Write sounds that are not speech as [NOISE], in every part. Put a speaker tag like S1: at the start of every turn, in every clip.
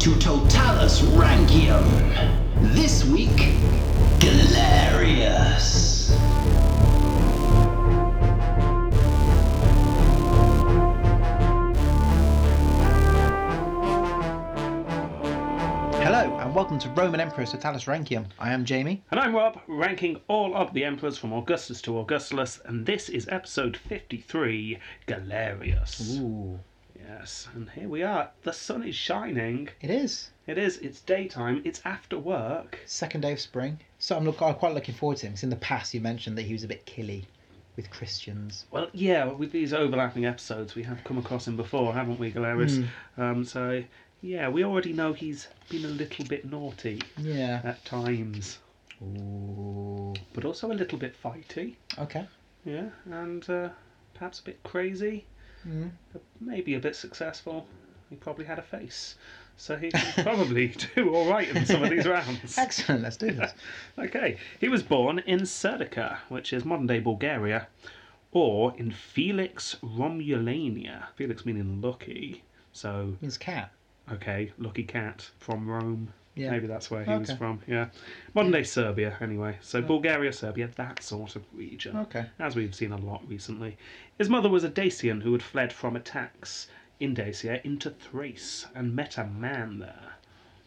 S1: to Totalis Rankium. This week, Galerius.
S2: Hello, and welcome to Roman Emperor Totalis Rankium. I am Jamie.
S3: And I'm Rob, ranking all of the emperors from Augustus to Augustulus, and this is episode 53 Galerius.
S2: Ooh,
S3: Yes, and here we are. The sun is shining.
S2: it is.
S3: It is, it's daytime, it's after work.
S2: Second day of spring. So I'm, look, I'm quite looking forward to him. 'cause in the past, you mentioned that he was a bit killy with Christians.
S3: Well, yeah, with these overlapping episodes, we have come across him before, haven't we, Galerius? Um, so, yeah, we already know he's been a little bit naughty
S2: Yeah.
S3: at times,
S2: Ooh.
S3: but also a little bit fighty,
S2: Okay.
S3: yeah, and uh, perhaps a bit crazy.
S2: Mm.
S3: maybe a bit successful. He probably had a face. So he can [LAUGHS] probably do all right in some
S2: [LAUGHS]
S3: of these rounds.
S2: Excellent. Let's do this.
S3: Okay, he was born in Serdica, which is modern day Bulgaria, or in Felix Romulania. Felix meaning lucky. So,
S2: Means cat.
S3: okay, lucky cat from Rome.
S2: Yeah.
S3: Maybe that's where he was
S2: Okay.
S3: from, yeah. Modern day Serbia, anyway. So, Bulgaria, Serbia, that sort of region
S2: Okay.
S3: as we've seen a lot recently. His mother was a Dacian who had fled from attacks in Dacia into Thrace and met a man there.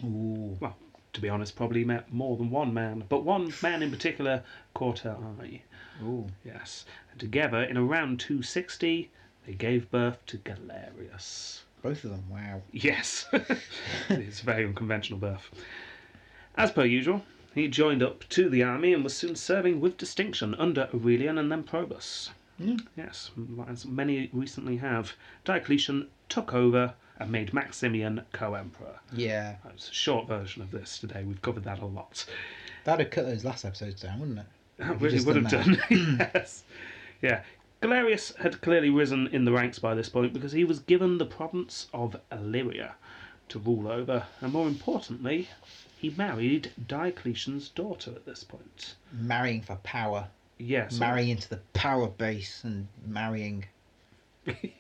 S2: Ooh.
S3: Well, to be honest, probably met more than one man, but one man in particular caught her eye.
S2: Ooh.
S3: Yes, and together in around 260, they gave birth to Galerius.
S2: Both of them. Wow.
S3: Yes. it's a very unconventional birth. As per usual, he joined up to the army and was soon serving with distinction under Aurelian and then Probus.
S2: Mm.
S3: Yes, as many recently have. Diocletian took over and made Maximian co emperor.
S2: Yeah.
S3: That's a short version of this today. We've covered that a lot.
S2: That'd have cut those last episodes down,
S3: [LAUGHS]
S2: wouldn't it?
S3: That
S2: We
S3: really
S2: just
S3: would have
S2: done
S3: done. [LAUGHS]
S2: [LAUGHS]
S3: yes. Yeah. Galerius had clearly risen in the ranks by this point because he was given the province of Illyria to rule over, and more importantly, he married Diocletian's daughter at this point.
S2: Marrying for power.
S3: Yes.
S2: marrying into the power base and marrying.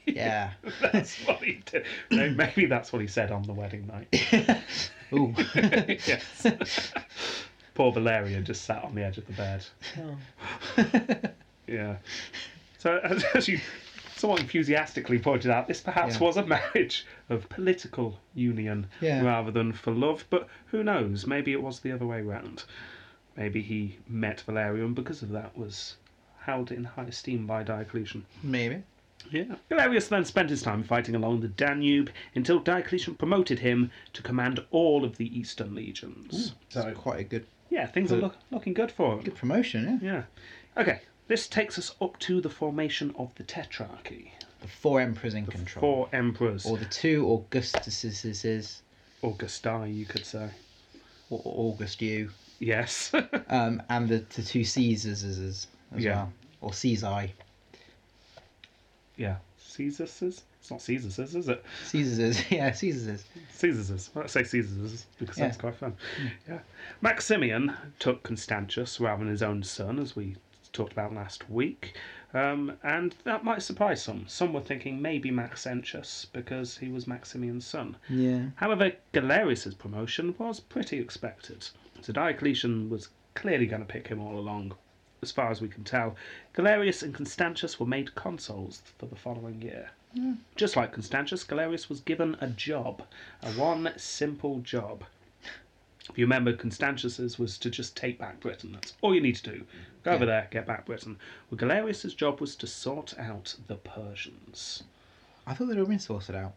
S2: Yeah.
S3: [LAUGHS] That's what he did. No, maybe that's what he said on the wedding night.
S2: Ooh. [LAUGHS]
S3: yes. [LAUGHS] Poor Valeria just sat on the edge of the bed.
S2: Oh.
S3: [LAUGHS] Yeah. So, as, as you somewhat enthusiastically pointed out, this perhaps
S2: Yeah.
S3: was a marriage of political union
S2: Yeah.
S3: rather than for love, but who knows? Maybe it was the other way round. Maybe he met Valerian and because of that, was held in high esteem by Diocletian.
S2: Maybe.
S3: Yeah. Galerius then spent his time fighting along the Danube until Diocletian promoted him to command all of the Eastern legions.
S2: That's quite a good
S3: yeah, things are look, looking good for him.
S2: good promotion, yeah.
S3: Yeah. Okay, this takes us up to the formation of the Tetrarchy.
S2: The four emperors in control.
S3: Four emperors.
S2: Or the two Augustuses,
S3: Augusti, you could say.
S2: or August U,
S3: Yes. [LAUGHS]
S2: um, and the, the two Caesars as
S3: Yeah.
S2: well. Or Caesai.
S3: yeah. Caesar's? It's not Caesar's, is it?
S2: Caesars, [LAUGHS] yeah, Caesars.
S3: Caesar's. I say Caesar's because
S2: Yeah.
S3: that's quite fun. Yeah. Maximian took Constantius rather than his own son, as we talked about last week. Um, and that might surprise some. Some were thinking maybe Maxentius because he was Maximian's son.
S2: Yeah.
S3: However, Galerius's promotion was pretty expected. So Diocletian was clearly going to pick him all along. As far as we can tell, Galerius and Constantius were made consuls for the following year. Just like Constantius, Galerius was given a job, a one simple job. If you remember, Constantius's was to just take back Britain. That's all you need to do. Go over there, get back Britain. Well, Galerius's job was to sort out the Persians.
S2: I thought they'd all been sorted out.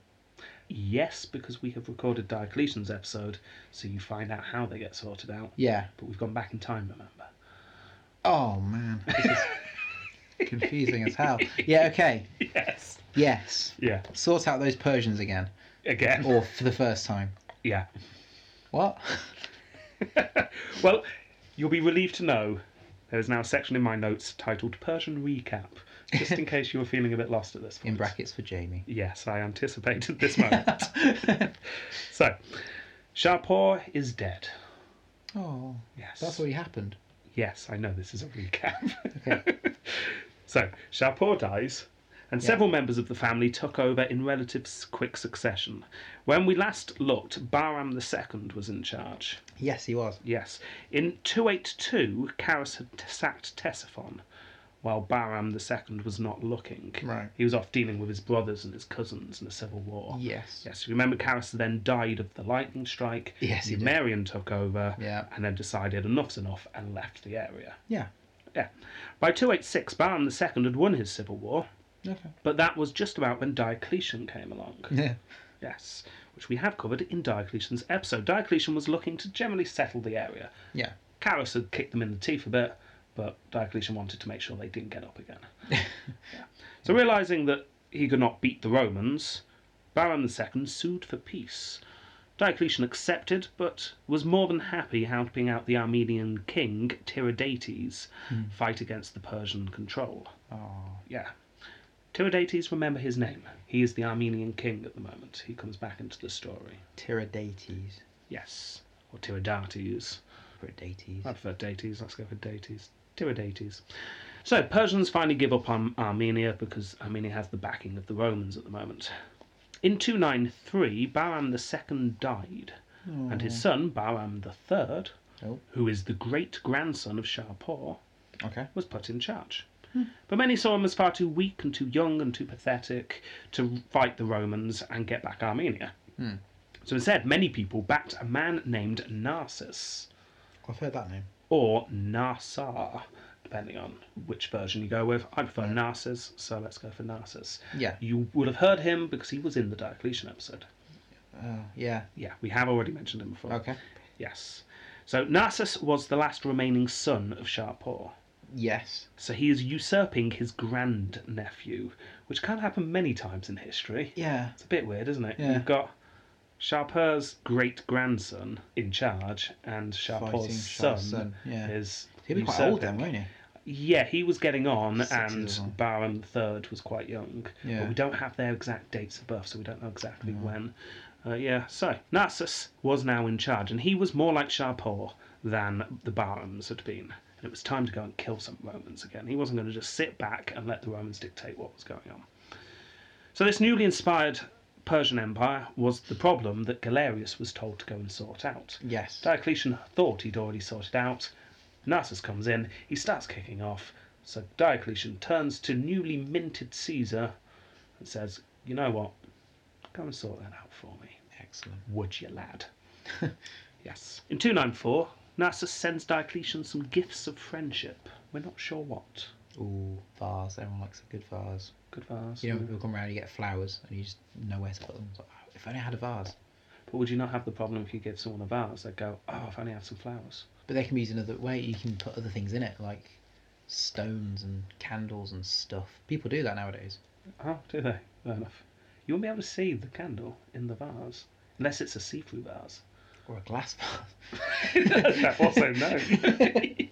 S3: Yes, because we have recorded Diocletian's episode, so you find out how they get sorted out.
S2: Yeah.
S3: But we've gone back in time, remember?
S2: Oh man. This [LAUGHS] is confusing as hell. Yeah, okay.
S3: Yes.
S2: Yes.
S3: Yeah.
S2: Sort out those Persians again.
S3: Again.
S2: Or for the first time.
S3: Yeah. [LAUGHS]
S2: What?
S3: Well, you'll be relieved to know there is now a section in my notes titled Persian Recap, just in case you were feeling a bit lost at this point.
S2: In brackets for Jamie.
S3: Yes, I anticipated this
S2: [LAUGHS]
S3: moment. so, Shapur is dead.
S2: Oh,
S3: Yes.
S2: that's already happened.
S3: [LAUGHS] Yes, I know this is a recap.
S2: Okay.
S3: so, Shapur dies, and several members of the family took over in relative s- quick succession. When we last looked, Bahram II was in charge.
S2: Yes, he was.
S3: Yes. In 282, Carus had t- sacked Ctesiphon, while Bahram II was not looking.
S2: Right.
S3: He was off dealing with his brothers and his cousins in a civil war.
S2: Yes.
S3: Yes, if you remember, Carus then died of the lightning strike.
S2: Yes, he did.
S3: Marion took over
S2: Yeah.
S3: and then decided enough's enough and left the area.
S2: Yeah.
S3: Yeah. By 286, Bahram II had won his civil war,
S2: Okay.
S3: but that was just about when Diocletian came along.
S2: Yeah.
S3: Yes, which we have covered in Diocletian's episode. Diocletian was looking to generally settle the area.
S2: Yeah.
S3: Carus had kicked them in the teeth a bit, but Diocletian wanted to make sure they didn't get up again. Yeah. So, realizing that he could not beat the Romans, Bahram II sued for peace. Diocletian accepted, but was more than happy helping out the Armenian king Tiridates fight against the Persian control.
S2: Oh.
S3: Yeah. Tiridates, remember his name. He is the Armenian king at the moment. He comes back into the story.
S2: Tiridates.
S3: Yes. Or Tiridates.
S2: Tiridates.
S3: I prefer Dates. Let's go for Dates. Tiridates. So Persians finally give up on Armenia because Armenia has the backing of the Romans at the moment. In 293, Bahram II died, and his son Bahram III,
S2: Oh.
S3: who is the great grandson of Shahpur,
S2: Okay.
S3: was put in charge. But many saw him as far too weak and too young and too pathetic to fight the Romans and get back Armenia. So instead, many people backed a man named Narses
S2: I've heard that name.
S3: or Narsar, depending on which version you go with. I prefer Narses, so let's go for Narses.
S2: Yeah.
S3: You would have heard him because he was in the Diocletian episode.
S2: Oh, yeah.
S3: Yeah, we have already mentioned him before.
S2: Okay.
S3: Yes. So Narses was the last remaining son of Shahpur.
S2: Yes.
S3: So he is usurping his grand nephew, which can happen many times in history.
S2: Yeah.
S3: It's a bit weird, isn't it?
S2: Yeah.
S3: You've got Shahpur's great grandson in charge, and
S2: Fighting
S3: Shahpur's son,
S2: Shah's son, yeah.
S3: is
S2: He'll be quite old
S3: usurping.
S2: then, won't he?
S3: Yeah, he was getting on,
S2: Sixties or
S3: and
S2: something.
S3: Baron III was quite young.
S2: Yeah.
S3: But we don't have their exact dates of birth, so we don't know exactly when. Uh, yeah, so Narcissus was now in charge, and he was more like Shapur than the Barons had been. And it was time to go and kill some Romans again. He wasn't going to just sit back and let the Romans dictate what was going on. So, this newly inspired Persian Empire was the problem that Galerius was told to go and sort out.
S2: Yes.
S3: Diocletian thought he'd already sorted out. Narcissus comes in, he starts kicking off. So Diocletian turns to newly minted Caesar and says, You know what? Go and sort that out for me,
S2: Excellent.
S3: would you, lad? [LAUGHS] yes. In 294, Narcissus sends Diocletian some gifts of friendship. We're not sure what.
S2: Ooh, vase. Everyone likes a good vase.
S3: Good vase.
S2: You know, when people come around, you get flowers, and you just know where to put them. It's like, "Oh, if only I had a vase.
S3: But would you not have the problem if you give someone a vase? They'd go, Oh, if only I had some flowers.
S2: But they can be used another way. You can put other things in it, like stones and candles and stuff. People do that nowadays.
S3: Oh, do they? Fair enough. You won't be able to see the candle in the vase unless it's a see-through vase.
S2: Or a glass [LAUGHS] vase.
S3: that also no.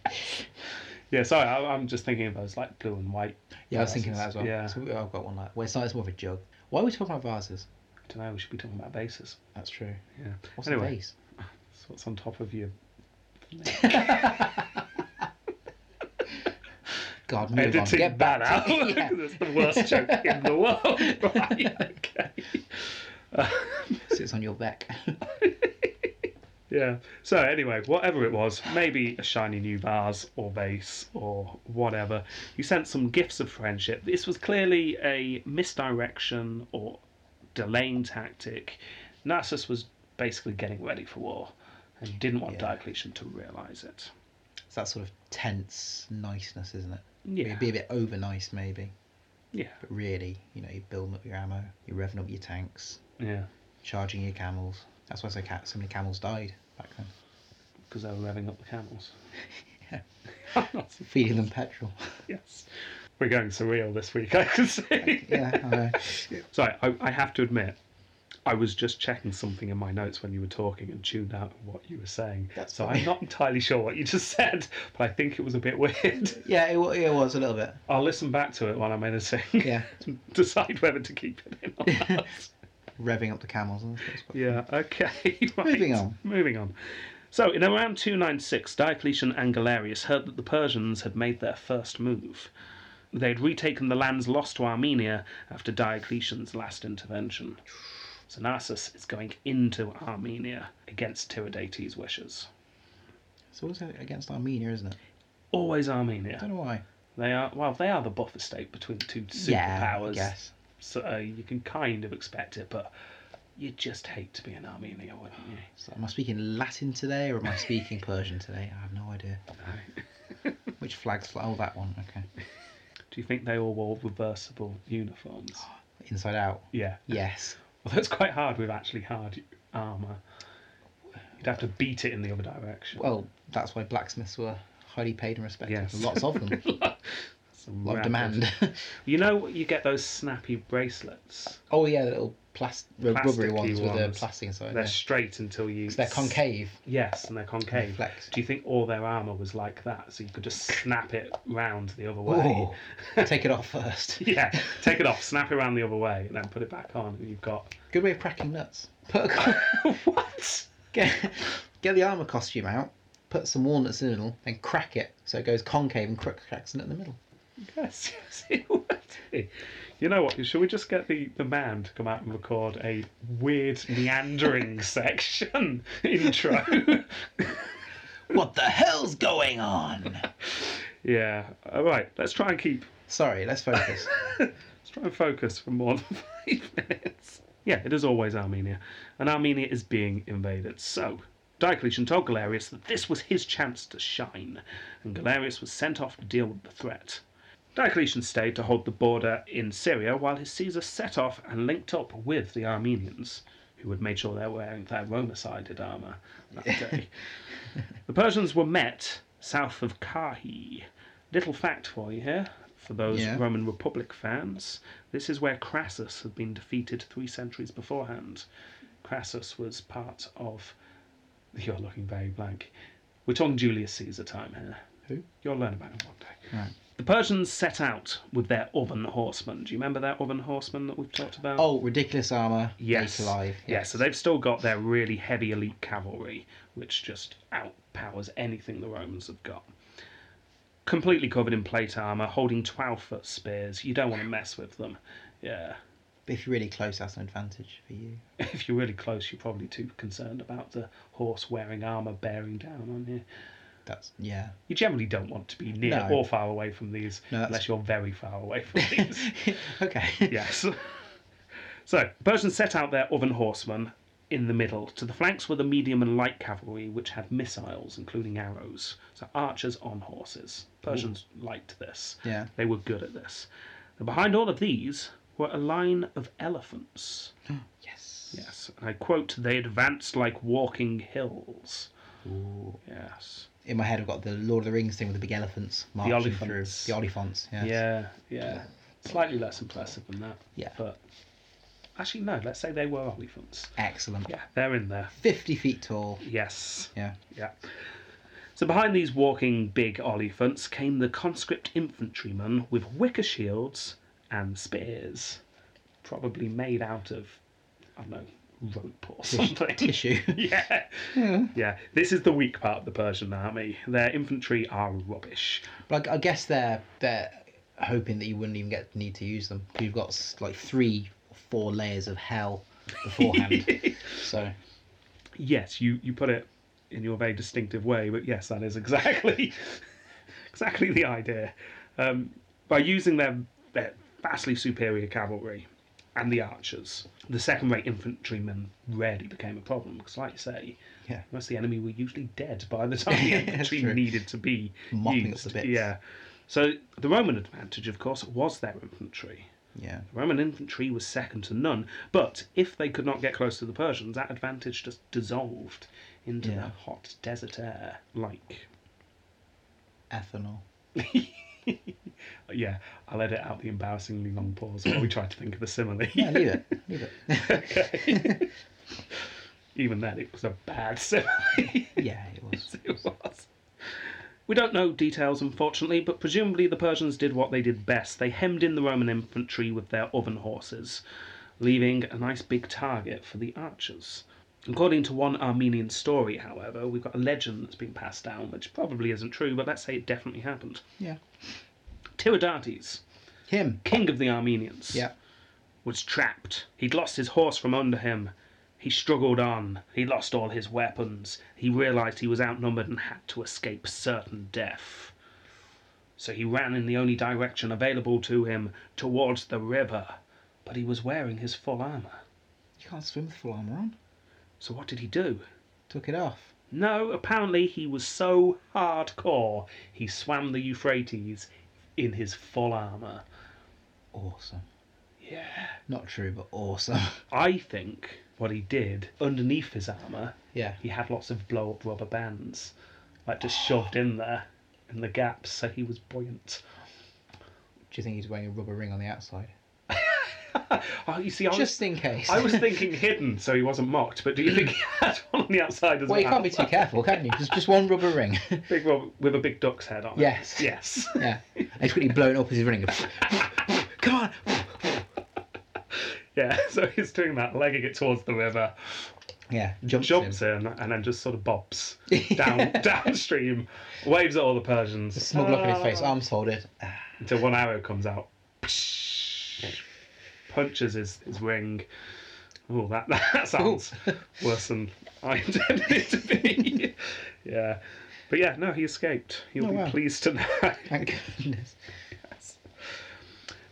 S3: yeah, sorry, I, I'm just thinking of those like blue and white.
S2: [LAUGHS] Yeah, I was thinking of that as well.
S3: Yeah,
S2: So we- I've got one like. Well, it's not. It's more of a jug. Why are we talking about vases?
S3: I don't know. We should be talking about bases.
S2: That's true.
S3: Yeah.
S2: What's
S3: anyway,
S2: a vase?
S3: it's what's on top of you?
S2: God, move on.
S3: Editing
S2: Get
S3: that
S2: back. [LAUGHS]
S3: out.
S2: to-
S3: [LAUGHS]
S2: yeah.
S3: 'cause It's the worst joke in the world. [LAUGHS] Right, okay.
S2: Sits on your back. [LAUGHS]
S3: Yeah. So anyway, whatever it was, maybe a shiny new vase or vase or whatever, he sent some gifts of friendship. This was clearly a misdirection or delaying tactic. Narcissus was basically getting ready for war and didn't want
S2: Yeah.
S3: Diocletian to realise it.
S2: it's that sort of tense niceness, isn't it?
S3: Yeah.
S2: It'd be a bit over nice, maybe.
S3: Yeah.
S2: But really, you know, you're building up your ammo, you're revving up your tanks,
S3: Yeah.
S2: charging your camels. That's why so, ca- so many camels died back then.
S3: Because they were revving up the camels.
S2: [LAUGHS]
S3: [LAUGHS]
S2: Yeah.
S3: I'm not su-
S2: Feeding them petrol. [LAUGHS]
S3: yes. We're going surreal this week, I can see.
S2: yeah, I know.
S3: Sorry, I, I have to admit, I was just checking something in my notes when you were talking and tuned out of what you were saying.
S2: That's
S3: so
S2: fine.
S3: I'm not entirely sure what you just said, but I think it was a bit weird.
S2: Yeah, it, wa- it was a little bit.
S3: I'll listen back to it while I'm editing.
S2: Yeah.
S3: [LAUGHS] to decide whether to keep it in or not.
S2: Revving up the camels. And that's what-
S3: yeah, okay. [LAUGHS] right.
S2: Moving on.
S3: Moving on. So, in around 296, Diocletian and Galerius heard that the Persians had made their first move. They had retaken the lands lost to Armenia after Diocletian's last intervention. So Narses is going into Armenia against Tiridates' wishes.
S2: It's always against Armenia, isn't it?
S3: Always
S2: I don't
S3: Armenia.
S2: know why.
S3: They are well. They are the buffer state between the two superpowers.
S2: Yes.
S3: So uh, you can kind of expect it, but you'd just hate to be in Armenia, wouldn't you?
S2: So am I speaking Latin today or am I speaking Persian today? I have no idea. Which flag's fly? Oh, that one. Okay.
S3: Do you think they all wore reversible uniforms?
S2: Inside out.
S3: Yeah.
S2: Yes.
S3: Well, that's quite hard with actually hard armour. You'd have to beat it in the other direction.
S2: Well, that's why blacksmiths were highly paid and respected.
S3: Yes.
S2: Lots
S3: [LAUGHS]
S2: of them.
S3: It's
S2: A lot of
S3: rapid-
S2: demand. [LAUGHS]
S3: You know, you get those snappy bracelets.
S2: oh, yeah, the little plas- r- rubbery
S3: Plasticky
S2: ones with the
S3: ones.
S2: plastic inside.
S3: They're
S2: yeah.
S3: straight until you.
S2: 'Cause they're concave.
S3: Yes, and they're concave.
S2: flex.
S3: Do you think all their armour was like that? So you could just snap it round the other way.
S2: Oh, take it off first.
S3: [LAUGHS] Yeah, take it off, snap it round the other way, and then put it back on, and
S2: [LAUGHS]
S3: you've got.
S2: Good way of cracking nuts. Put a,
S3: what?
S2: [LAUGHS] get, get the armour costume out, put some walnuts in the middle, then crack it so it goes concave and crook cracks it in the middle.
S3: Yes, [LAUGHS] yes, it would be. You know what? Should we just get the, the man to come out and record a weird meandering section [LAUGHS] intro?
S2: What the hell's going
S3: [LAUGHS]
S2: on?
S3: yeah. All right. Let's try and keep.
S2: Sorry, let's focus.
S3: Let's try and focus for more than [LAUGHS] five minutes. Yeah, it is always Armenia, and Armenia is being invaded. So. Diocletian told Galerius that this was his chance to shine, and Galerius was sent off to deal with the threat. Diocletian stayed to hold the border in Syria while his Caesar set off and linked up with the Armenians, who had made sure they were wearing their Romacided armour that day. the Persians were met south of Carhi. Little fact for you here, for those
S2: Yeah.
S3: Roman Republic fans. This is where Crassus had been defeated three centuries beforehand. Crassus was part of. [LAUGHS] You're looking very blank. We're talking Julius Caesar time here.
S2: Who?
S3: You'll learn about him one day.
S2: Right.
S3: The Persians set out with their oven horsemen. Do you remember their oven horsemen that we've talked about?
S2: Oh, ridiculous armour.
S3: yes.
S2: baked alive.
S3: Yeah. so they've still got their really heavy elite cavalry, which just outpowers anything the Romans have got. Completely covered in plate armour, holding 12 foot spears. You don't want to mess with them. Yeah. [LAUGHS]
S2: But if you're really close, that's an advantage for you.
S3: If you're really close, you're probably too concerned about the horse wearing armour bearing down on you.
S2: That's yeah.
S3: You generally don't want to be near
S2: No.
S3: or far away from these,
S2: No, that's-
S3: unless you're very far
S2: [LAUGHS]
S3: away from these.
S2: okay.
S3: yes. [LAUGHS] So, Persians set out their oven horsemen in the middle. To the flanks were the medium and light cavalry, which had missiles, including arrows. So, archers on horses. Persians liked this.
S2: Yeah.
S3: They were good at this. And behind all of these were a line of elephants.
S2: Yes.
S3: Yes. And I quote, they advanced like walking hills.
S2: Ooh.
S3: Yes.
S2: In my head, I've got the Lord of the Rings thing with the big elephants marching through.
S3: Oliphants.
S2: The Oliphants. Yes.
S3: Yeah, yeah. Slightly less impressive than that.
S2: Yeah.
S3: But actually, no, let's say they were elephants.
S2: Excellent.
S3: Yeah, they're in there.
S2: Fifty feet tall.
S3: Yes.
S2: Yeah.
S3: Yeah. So behind these walking big olifants came the conscript infantrymen with wicker shields and spears, probably made out of, I don't know, rope or something.
S2: Tissue.
S3: [LAUGHS] Yeah.
S2: Yeah.
S3: yeah, this is the weak part of the Persian army. Their infantry are rubbish.
S2: like I guess they're they're hoping that you wouldn't even get need to use them. You've got s- like three, or four layers of hell beforehand. so
S3: Yes, you, you put it in your very distinctive way, but yes, that is exactly [LAUGHS] exactly the idea. Um, by using their, their vastly superior cavalry and the archers, the second rate infantrymen rarely became a problem because, like you say,
S2: Yeah.
S3: most of the enemy were usually dead
S2: [LAUGHS]
S3: by the time the
S2: That's
S3: infantry
S2: true.
S3: needed to be
S2: Mopping up
S3: used.
S2: the bits.
S3: Yeah. So the Roman advantage, of course, was their infantry.
S2: yeah,
S3: Roman infantry was second to none, but if they could not get close to the Persians, that advantage just dissolved into
S2: Yeah.
S3: the hot desert air. Like,
S2: ethanol.
S3: uh, yeah, I'll edit out the embarrassingly long pause while we try to think of a simile.
S2: Yeah, leave it. Leave it. [LAUGHS]
S3: Okay. [LAUGHS] Even then, it was a bad simile. [LAUGHS]
S2: yeah, it was.
S3: it was. We don't know details, unfortunately, but presumably the Persians did what they did best. They hemmed in the Roman infantry with their oven horses, leaving a nice big target for the archers. According to one Armenian story, however, we've got a legend that's been passed down, which probably isn't true, but let's say it definitely happened.
S2: Yeah.
S3: Tiridates,
S2: Him.
S3: king of the Armenians,
S2: Yeah.
S3: was trapped. He'd lost his horse from under him. He struggled on. He lost all his weapons. He realized he was outnumbered and had to escape certain death. So he ran in the only direction available to him towards the river. But he was wearing his full armor.
S2: You can't swim with full armour on.
S3: So what did he do?
S2: Took it off.
S3: No, apparently he was so hardcore, he swam the Euphrates in his full armor.
S2: Awesome.
S3: Yeah.
S2: Not true, but awesome. [LAUGHS]
S3: I think what he did underneath his armor
S2: yeah.
S3: he had lots of blow up rubber bands, like just shoved in there in the gaps, so he was buoyant.
S2: Do you think he's wearing a rubber ring on the outside?
S3: Oh, you see, I was,
S2: Just in case.
S3: I was thinking hidden, so he wasn't mocked. But do you think he had one on the outside
S2: [LAUGHS]
S3: as
S2: well, you
S3: well?
S2: can't be too careful, can you? Just just one rubber ring. [LAUGHS]
S3: Big rubber, with a big duck's head on. it.
S2: Yes.
S3: Yes. [LAUGHS]
S2: yeah. And he's quickly blown up as he's running. [LAUGHS] Come on.
S3: yeah. So he's doing that, legging it towards the river,
S2: Yeah. Jumps.
S3: jumps
S2: him.
S3: in, and then just sort
S2: [LAUGHS]
S3: of bobs down downstream, waves at all the Persians.
S2: Smuggle up in his face,
S3: Ah,
S2: arms folded.
S3: until one arrow comes out, punches his, his ring. Oh, that [LAUGHS] that sounds worse than I [LAUGHS] intended it to be. [LAUGHS] yeah, but yeah, no, he escaped. You'll
S2: Oh,
S3: be
S2: wow.
S3: pleased to know. [LAUGHS]
S2: Thank goodness.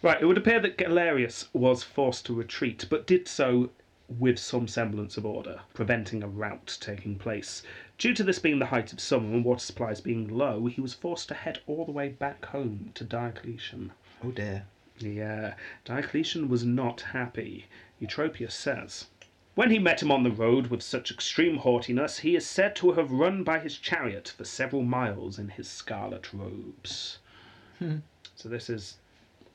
S3: right, it would appear that Galerius was forced to retreat, but did so with some semblance of order, preventing a rout taking place. Due to this being the height of summer and water supplies being low, he was forced to head all the way back home to Diocletian.
S2: Oh dear.
S3: Yeah, uh, Diocletian was not happy, Eutropius says. When he met him on the road with such extreme haughtiness, he is said to have run by his chariot for several miles in his scarlet robes.
S2: Hmm.
S3: So, this is.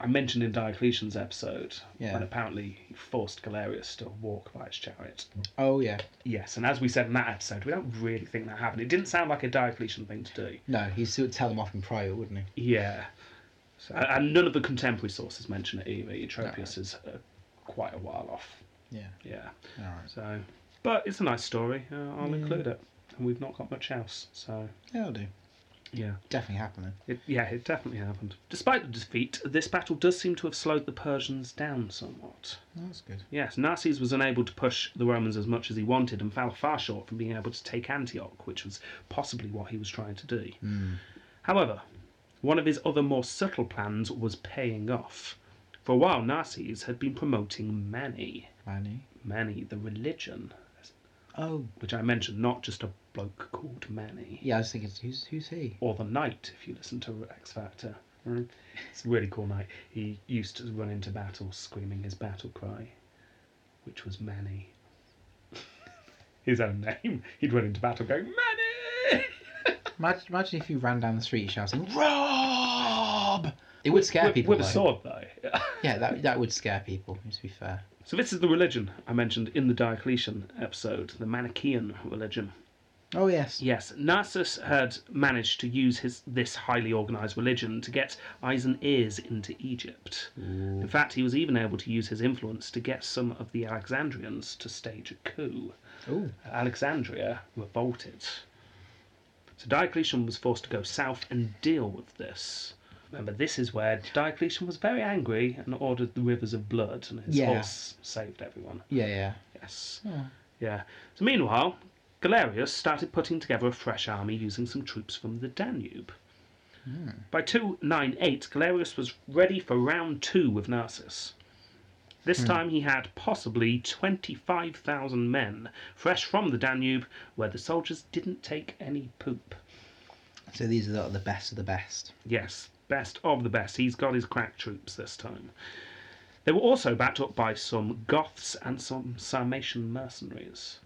S3: I mentioned in Diocletian's episode
S2: Yeah.
S3: when apparently he forced Galerius to walk by his chariot.
S2: Oh yeah.
S3: Yes, and as we said in that episode, we don't really think that happened. It didn't sound like a Diocletian thing to do.
S2: No, he'd still tell them off in private, wouldn't he?
S3: Yeah. So, and none of the contemporary sources mention it either. Eutropius is uh, quite a while off.
S2: Yeah.
S3: Yeah.
S2: All right.
S3: So, but it's a nice story. Uh, I'll include it. And we've not got much else. So,
S2: Yeah, I'll do.
S3: yeah.
S2: Definitely happening.
S3: It, yeah, it definitely happened. Despite the defeat, this battle does seem to have slowed the Persians down somewhat.
S2: Oh, That's good.
S3: Yes, Narses was unable to push the Romans as much as he wanted and fell far short from being able to take Antioch, which was possibly what he was trying to do.
S2: Hmm.
S3: However, one of his other more subtle plans was paying off. For a while, Narses had been promoting Mani,
S2: Manny.
S3: Mani the religion,
S2: Oh
S3: which I mentioned, not just a bloke called Mani,
S2: yeah, I was thinking, who's who's he?
S3: or the Knight, if you listen to X Factor. Mm. It's a really cool knight. He used to run into battle screaming his battle cry, which was Mani. [LAUGHS] his own name. He'd run into battle going, Mani!
S2: Imagine, imagine if you ran down the street shouting "Rob!" It would scare
S3: With,
S2: people.
S3: with a
S2: though.
S3: sword, though. [LAUGHS]
S2: Yeah, that that would scare people. To be fair.
S3: so, this is the religion I mentioned in the Diocletian episode, the Manichaean religion.
S2: Oh yes.
S3: Yes, Narcissus had managed to use his this highly organized religion to get eyes and ears into Egypt. In fact, he was even able to use his influence to get some of the Alexandrians to stage a coup.
S2: Oh.
S3: Alexandria revolted. So Diocletian was forced to go south and deal with this. Remember, this is where Diocletian was very angry and ordered the rivers of blood, and his
S2: Yeah.
S3: horse saved everyone.
S2: Yeah, yeah.
S3: Yes.
S2: Yeah.
S3: Yeah. So meanwhile, Galerius started putting together a fresh army using some troops from the Danube. By 298, Galerius was ready for round two with Narses. This time he had possibly 25,000 men, fresh from the Danube, where the soldiers didn't take any poop.
S2: So these are the, the best of the best.
S3: Yes, best of the best. He's got his crack troops this time. They were also backed up by some Goths and some Sarmatian mercenaries.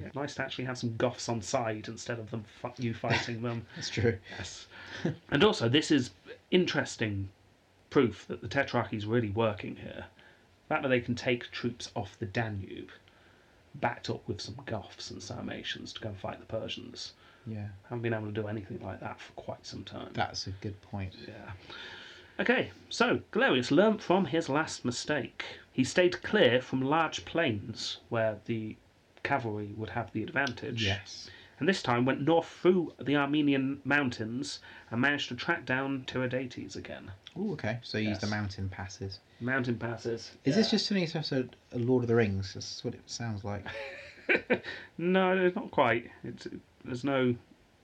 S3: Yeah, nice to actually have some Goths on side instead of them fi- you fighting them.
S2: That's true.
S3: Yes. And also, this is interesting proof that the Tetrarchy's really working here. The fact that they can take troops off the Danube, backed up with some Goths and Sarmatians to go and fight the Persians.
S2: Yeah.
S3: Haven't been able to do anything like that for quite some time.
S2: That's a good point.
S3: Yeah. Okay, so Galerius learnt from his last mistake. He stayed clear from large plains where the cavalry would have the advantage.
S2: Yes.
S3: and this time went north through the Armenian mountains and managed to track down Tiridates again.
S2: Oh, okay. So you use the
S3: Yes.
S2: mountain passes.
S3: Mountain passes.
S2: Is this
S3: yeah.
S2: just similar to a Lord of the Rings? That's what it sounds like.
S3: No, not quite. It's, there's no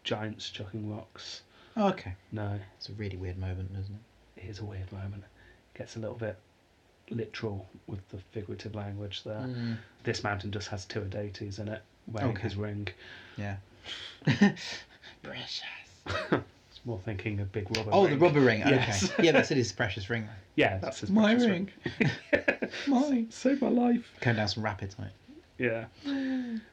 S3: giants chucking rocks.
S2: Oh, okay.
S3: No,
S2: It's a really weird moment, isn't it?
S3: it is a weird moment. Gets a little bit literal with the figurative language there. This mountain just has Tiridates in it, wearing
S2: Mm. Okay.
S3: his ring.
S2: Yeah. [LAUGHS] Precious.
S3: It's more thinking of big rubber.
S2: Oh, the
S3: ring.
S2: rubber ring.
S3: Yes.
S2: Okay. [LAUGHS] yeah, that's it. His precious ring.
S3: Yeah, that's his
S2: My
S3: precious
S2: ring.
S3: [LAUGHS]
S2: Mine.
S3: Save my life.
S2: Come down some rapids on it.
S3: Yeah.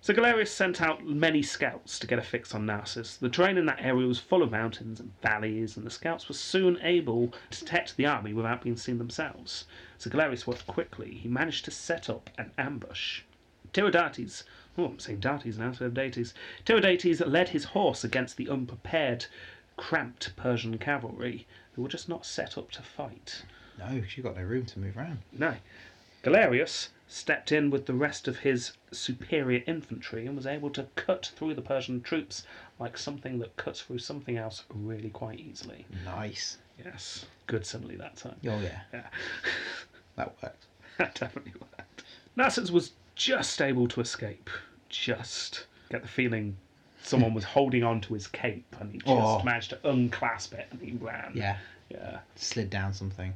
S3: So Galerius sent out many scouts to get a fix on Narcissus. The terrain in that area was full of mountains and valleys, and the scouts were soon able to detect the army without being seen themselves. So Galerius worked quickly. He managed to set up an ambush. Tiridates, oh, I'm saying Dates now, Tiridates. Tiridates led his horse against the unprepared, cramped Persian cavalry, who were just not set up to fight.
S2: No, she got no room to move around.
S3: No. Galerius stepped in with the rest of his superior infantry and was able to cut through the Persian troops like something that cuts through something else really quite easily.
S2: Nice.
S3: Yes. Good simile that time.
S2: Oh yeah,
S3: Yeah. [LAUGHS]
S2: that worked.
S3: that definitely worked. Narcissus was just able to escape. Just. Get the feeling someone was holding on to his cape and he just
S2: Oh.
S3: managed to unclasp it and he ran.
S2: Yeah,
S3: Yeah.
S2: slid down something. A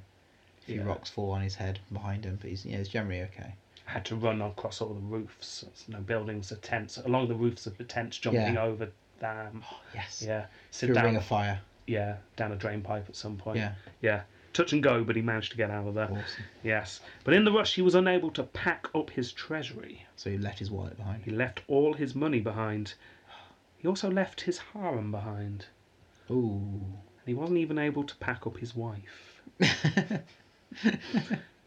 S2: few
S3: Yeah.
S2: rocks fall on his head behind him, but he's yeah, he's generally okay.
S3: had to run across all the roofs. There's no buildings, the tents along the roofs of the tents, jumping
S2: Yeah. Oh,
S3: over them.
S2: Yes.
S3: Yeah, sit
S2: Through a ring
S3: down.
S2: of fire.
S3: Yeah, down a drain pipe at some point.
S2: Yeah.
S3: yeah, touch and go, but he managed to get out of there.
S2: Awesome.
S3: Yes, but in the rush, he was unable to pack up his treasury.
S2: So he left his wallet behind.
S3: He left all his money behind. He also left his harem behind,
S2: Ooh.
S3: and he wasn't even able to pack up his wife.
S2: [LAUGHS]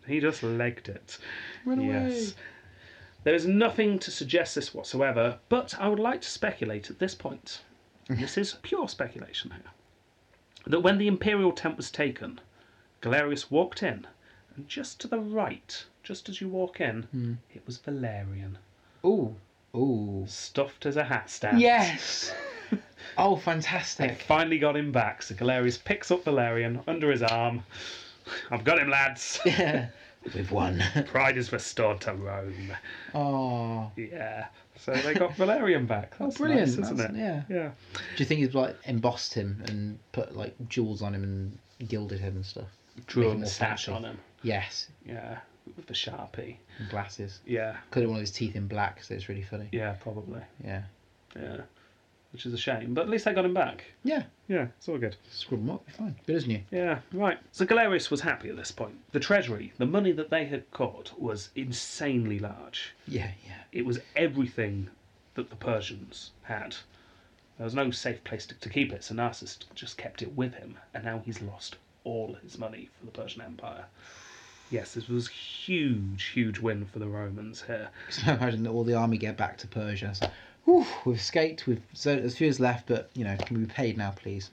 S3: he just legged it.
S2: Run
S3: Yes. There is nothing to suggest this whatsoever, but I would like to speculate at this point. this is pure speculation here. That when the Imperial tent was taken, Galerius walked in, and just to the right, just as you walk in, it was Valerian,
S2: Ooh. Ooh.
S3: stuffed as a hat stand.
S2: Yes. oh,
S3: They
S2: fantastic.
S3: finally got him back, so Galerius picks up Valerian under his arm. I've got him, lads.
S2: Yeah. We've won.
S3: Pride is restored to Rome.
S2: Oh.
S3: Yeah. So they [LAUGHS] got Valerian back. That's
S2: brilliant,
S3: nice, isn't
S2: that's-
S3: it?
S2: yeah.
S3: Yeah.
S2: Do you think he's like embossed him and put like jewels on him and gilded him and stuff?
S3: Drew a
S2: more
S3: moustache
S2: fancy.
S3: on him.
S2: Yes.
S3: Yeah. With a sharpie.
S2: And glasses.
S3: Yeah.
S2: Coloured one of his teeth in black, so it's really funny.
S3: Yeah, probably.
S2: Yeah.
S3: Yeah. Which is a shame, but at least they got him back.
S2: Yeah.
S3: Yeah, it's all good.
S2: Scrub them up, be fine. Good as new.
S3: Yeah, right. So Galerius was happy at this point. The treasury, the money that they had caught, was insanely large.
S2: Yeah, yeah.
S3: It was everything that the Persians had. There was no safe place to, to keep it, so Narcissus just kept it with him, and now he's lost all his money for the Persian Empire. Yes, this was huge, huge win for the Romans here.
S2: Because I [LAUGHS] imagine that all the army get back to Persia. It's like, Whew, we've escaped. We've so as few as left, but you know, can we be paid now, pleys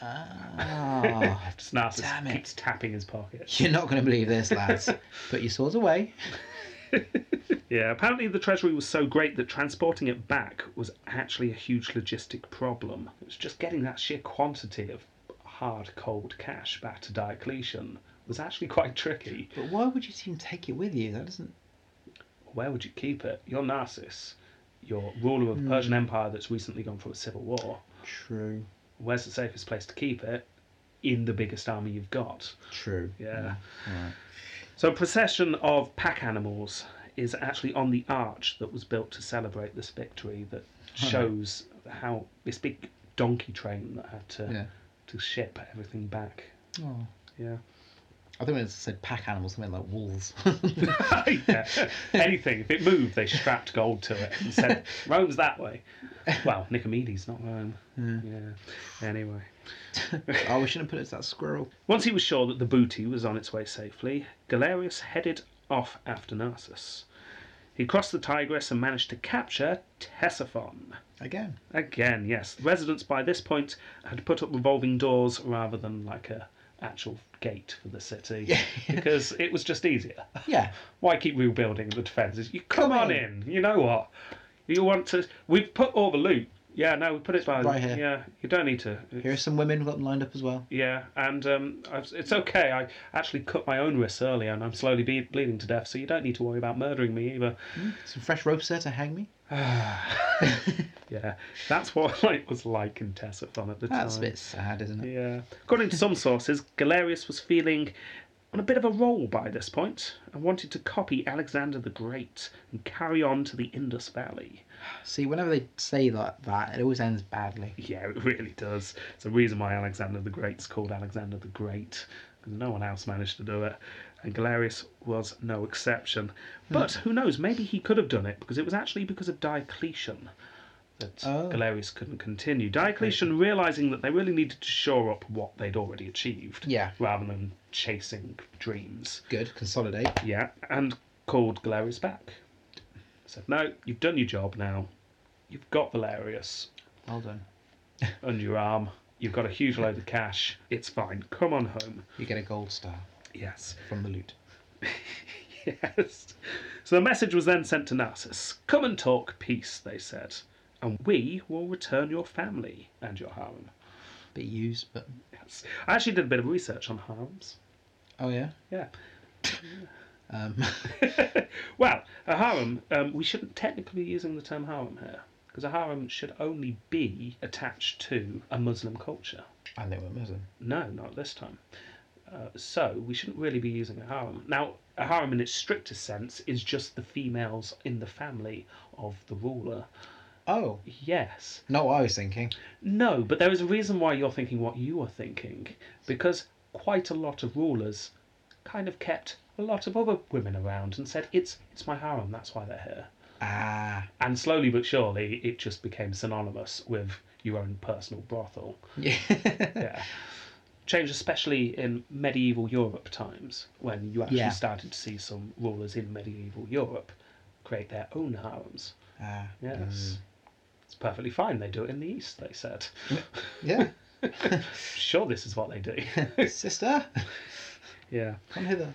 S2: Ah, [LAUGHS]
S3: Just Narcissus
S2: Damn it.
S3: keeps tapping his pocket.
S2: you're not going to believe this, lads. Put your swords away.
S3: Yeah, apparently the treasury was so great that transporting it back was actually a huge logistic problem. It was just getting that sheer quantity of hard, cold cash back to Diocletian was actually quite tricky.
S2: But why would you even take it with you? That doesn't.
S3: where would you keep it? You're Narcissus, you're ruler of the Persian Empire that's recently gone through a civil war.
S2: True.
S3: Where's the safest place to keep it? In the biggest army you've got.
S2: True.
S3: Yeah.
S2: Alright.
S3: So a procession of pack animals is actually on the arch that was built to celebrate this victory that shows how this big donkey train that had to
S2: Yeah.
S3: to ship everything back.
S2: Oh.
S3: Yeah.
S2: I think when it said pack animals, something like wolves.
S3: [LAUGHS] yeah. Anything. If it moved, they strapped gold to it and said, Rome's that way. Well, Nicomedes, not Rome. yeah. Anyway.
S2: oh, we shouldn't have put it to that squirrel.
S3: Once he was sure that the booty was on its way safely, Galerius headed off after Narcissus. He crossed the Tigris and managed to capture Tessaphon.
S2: Again. [LAUGHS]
S3: Again, yes. Residents by this point had put up revolving doors rather than like a actual gate for the city because it was just easier.
S2: Yeah.
S3: Why keep rebuilding the defences? You come,
S2: Come
S3: on in.
S2: in.
S3: You know what? You want to? We've put all the loot. Yeah, no, we put it by.
S2: Right here.
S3: Yeah, you don't need to.
S2: Here are some women we've got them lined up as well.
S3: Yeah, and um, I've, it's okay. I actually cut my own wrists earlier, and I'm slowly be- bleeding to death. So you don't need to worry about murdering me either. [SIGHS]
S2: Some fresh ropes there to hang me. [LAUGHS]
S3: Yeah, that's [LAUGHS] what it was like in Tessathon at the
S2: That's a
S3: time.
S2: bit sad, isn't it?
S3: Yeah. According
S2: [LAUGHS]
S3: to some sources, Galerius was feeling on a bit of a roll by this point and wanted to copy Alexander the Great and carry on to the Indus Valley.
S2: See, whenever they say like that, it always ends badly.
S3: Yeah, it really does. It's the reason why Alexander the Great's called Alexander the Great, because no one else managed to do it. And Galerius was no exception.
S2: Hmm.
S3: But who knows, maybe he could have done it, because it was actually because of Diocletian that
S2: Oh.
S3: Galerius couldn't continue. Diocletian, realizing that they really needed to shore up what they'd already achieved,
S2: Yeah.
S3: rather than chasing dreams.
S2: Good, consolidate.
S3: Yeah, and called Galerius back. Said, no, you've done your job now. You've got Valerius
S2: Well done.
S3: under your arm. You've got a huge load of cash. It's fine. Come on home.
S2: You get a gold star
S3: Yes. [LAUGHS]
S2: from the loot.
S3: Yes. So the message was then sent to Narcissus. Come and talk peace, they said, and we will return your family and your harem.
S2: Bit used, but
S3: Yes. I actually did a bit of research on harems. [LAUGHS]
S2: oh yeah.
S3: Yeah.
S2: [LAUGHS] Um, [LAUGHS]
S3: Well, a harem, um, we shouldn't technically be using the term harem here, because a harem should only be attached to a Muslim culture.
S2: and they were Muslim.
S3: No, not this time. Uh, so we shouldn't really be using a harem. Now, a harem in its strictest sense is just the females in the family of the ruler.
S2: Oh,
S3: Yes.
S2: not what I was thinking.
S3: No, but there is a reason why you're thinking what you are thinking, because quite a lot of rulers kind of kept a lot of other women around and said, it's, it's my harem, that's why they're here.
S2: Ah, [LAUGHS]
S3: And slowly but surely, it just became synonymous with your own personal brothel.
S2: yeah.
S3: [LAUGHS] yeah. Changed especially in medieval Europe times when you actually
S2: Yeah.
S3: started to see some rulers in medieval Europe create their own harems.
S2: Ah,
S3: Yes. [LAUGHS] It's perfectly fine. They do it in the East, they said.
S2: yeah.
S3: [LAUGHS] sure, this is what they
S2: [LAUGHS]
S3: do. [LAUGHS]
S2: Sister,
S3: yeah.
S2: come hither.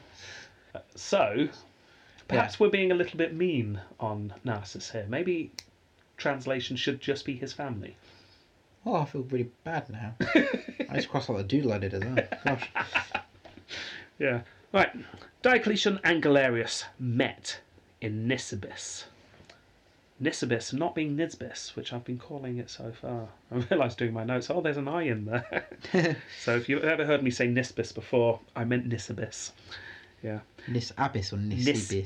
S3: So, perhaps we're being a little bit mean on Narcissus here. Maybe translation should just be his family.
S2: Oh, I feel really bad now. I just crossed out the doodle I did as well. Gosh.
S3: Yeah. Right. Diocletian and Galerius met in Nisibis. Nisibis not being Nisbis, which I've been calling it so far. [LAUGHS] I realised doing my notes, oh, there's an I in there. [LAUGHS] so if you've ever heard me say Nisbis before, I meant Nisibis. Yeah.
S2: [LAUGHS] Nis abyss or nisibis?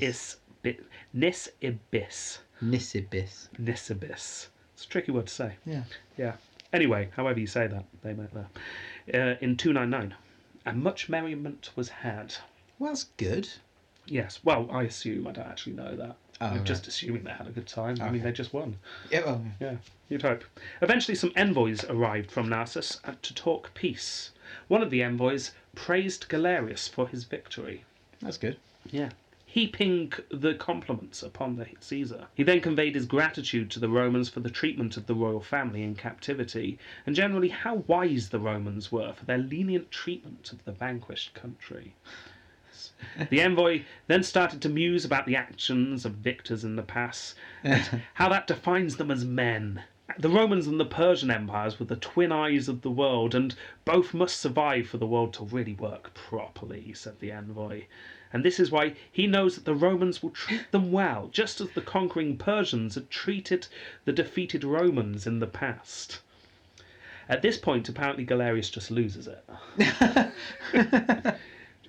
S3: Nisibis. Nisibis.
S2: Nisibis.
S3: Nisibis. It's a tricky word to say.
S2: Yeah.
S3: Yeah. Anyway, however you say that, they met there. Uh, in 299. And much merriment was had.
S2: Well, that's good.
S3: Yes. Well, I assume I don't actually know that.
S2: Oh,
S3: I'm
S2: right.
S3: just assuming they had a good time. I mean,
S2: Okay.
S3: they just won.
S2: Yeah, well, yeah.
S3: Yeah, you'd hope. Eventually, some envoys arrived from Narcissus uh, to talk peace. One of the envoys praised Galerius for his victory.
S2: that's good.
S3: Yeah. Heaping the compliments upon the Caesar. He then conveyed his gratitude to the Romans for the treatment of the royal family in captivity, and generally how wise the Romans were for their lenient treatment of the vanquished country. The envoy then started to muse about the actions of victors in the past, and how that defines them as men. The Romans and the Persian empires were the twin eyes of the world, and both must survive for the world to really work properly, said the envoy. And this is why he knows that the Romans will treat them well, just as the conquering Persians had treated the defeated Romans in the past. At this point, apparently, Galerius just loses it.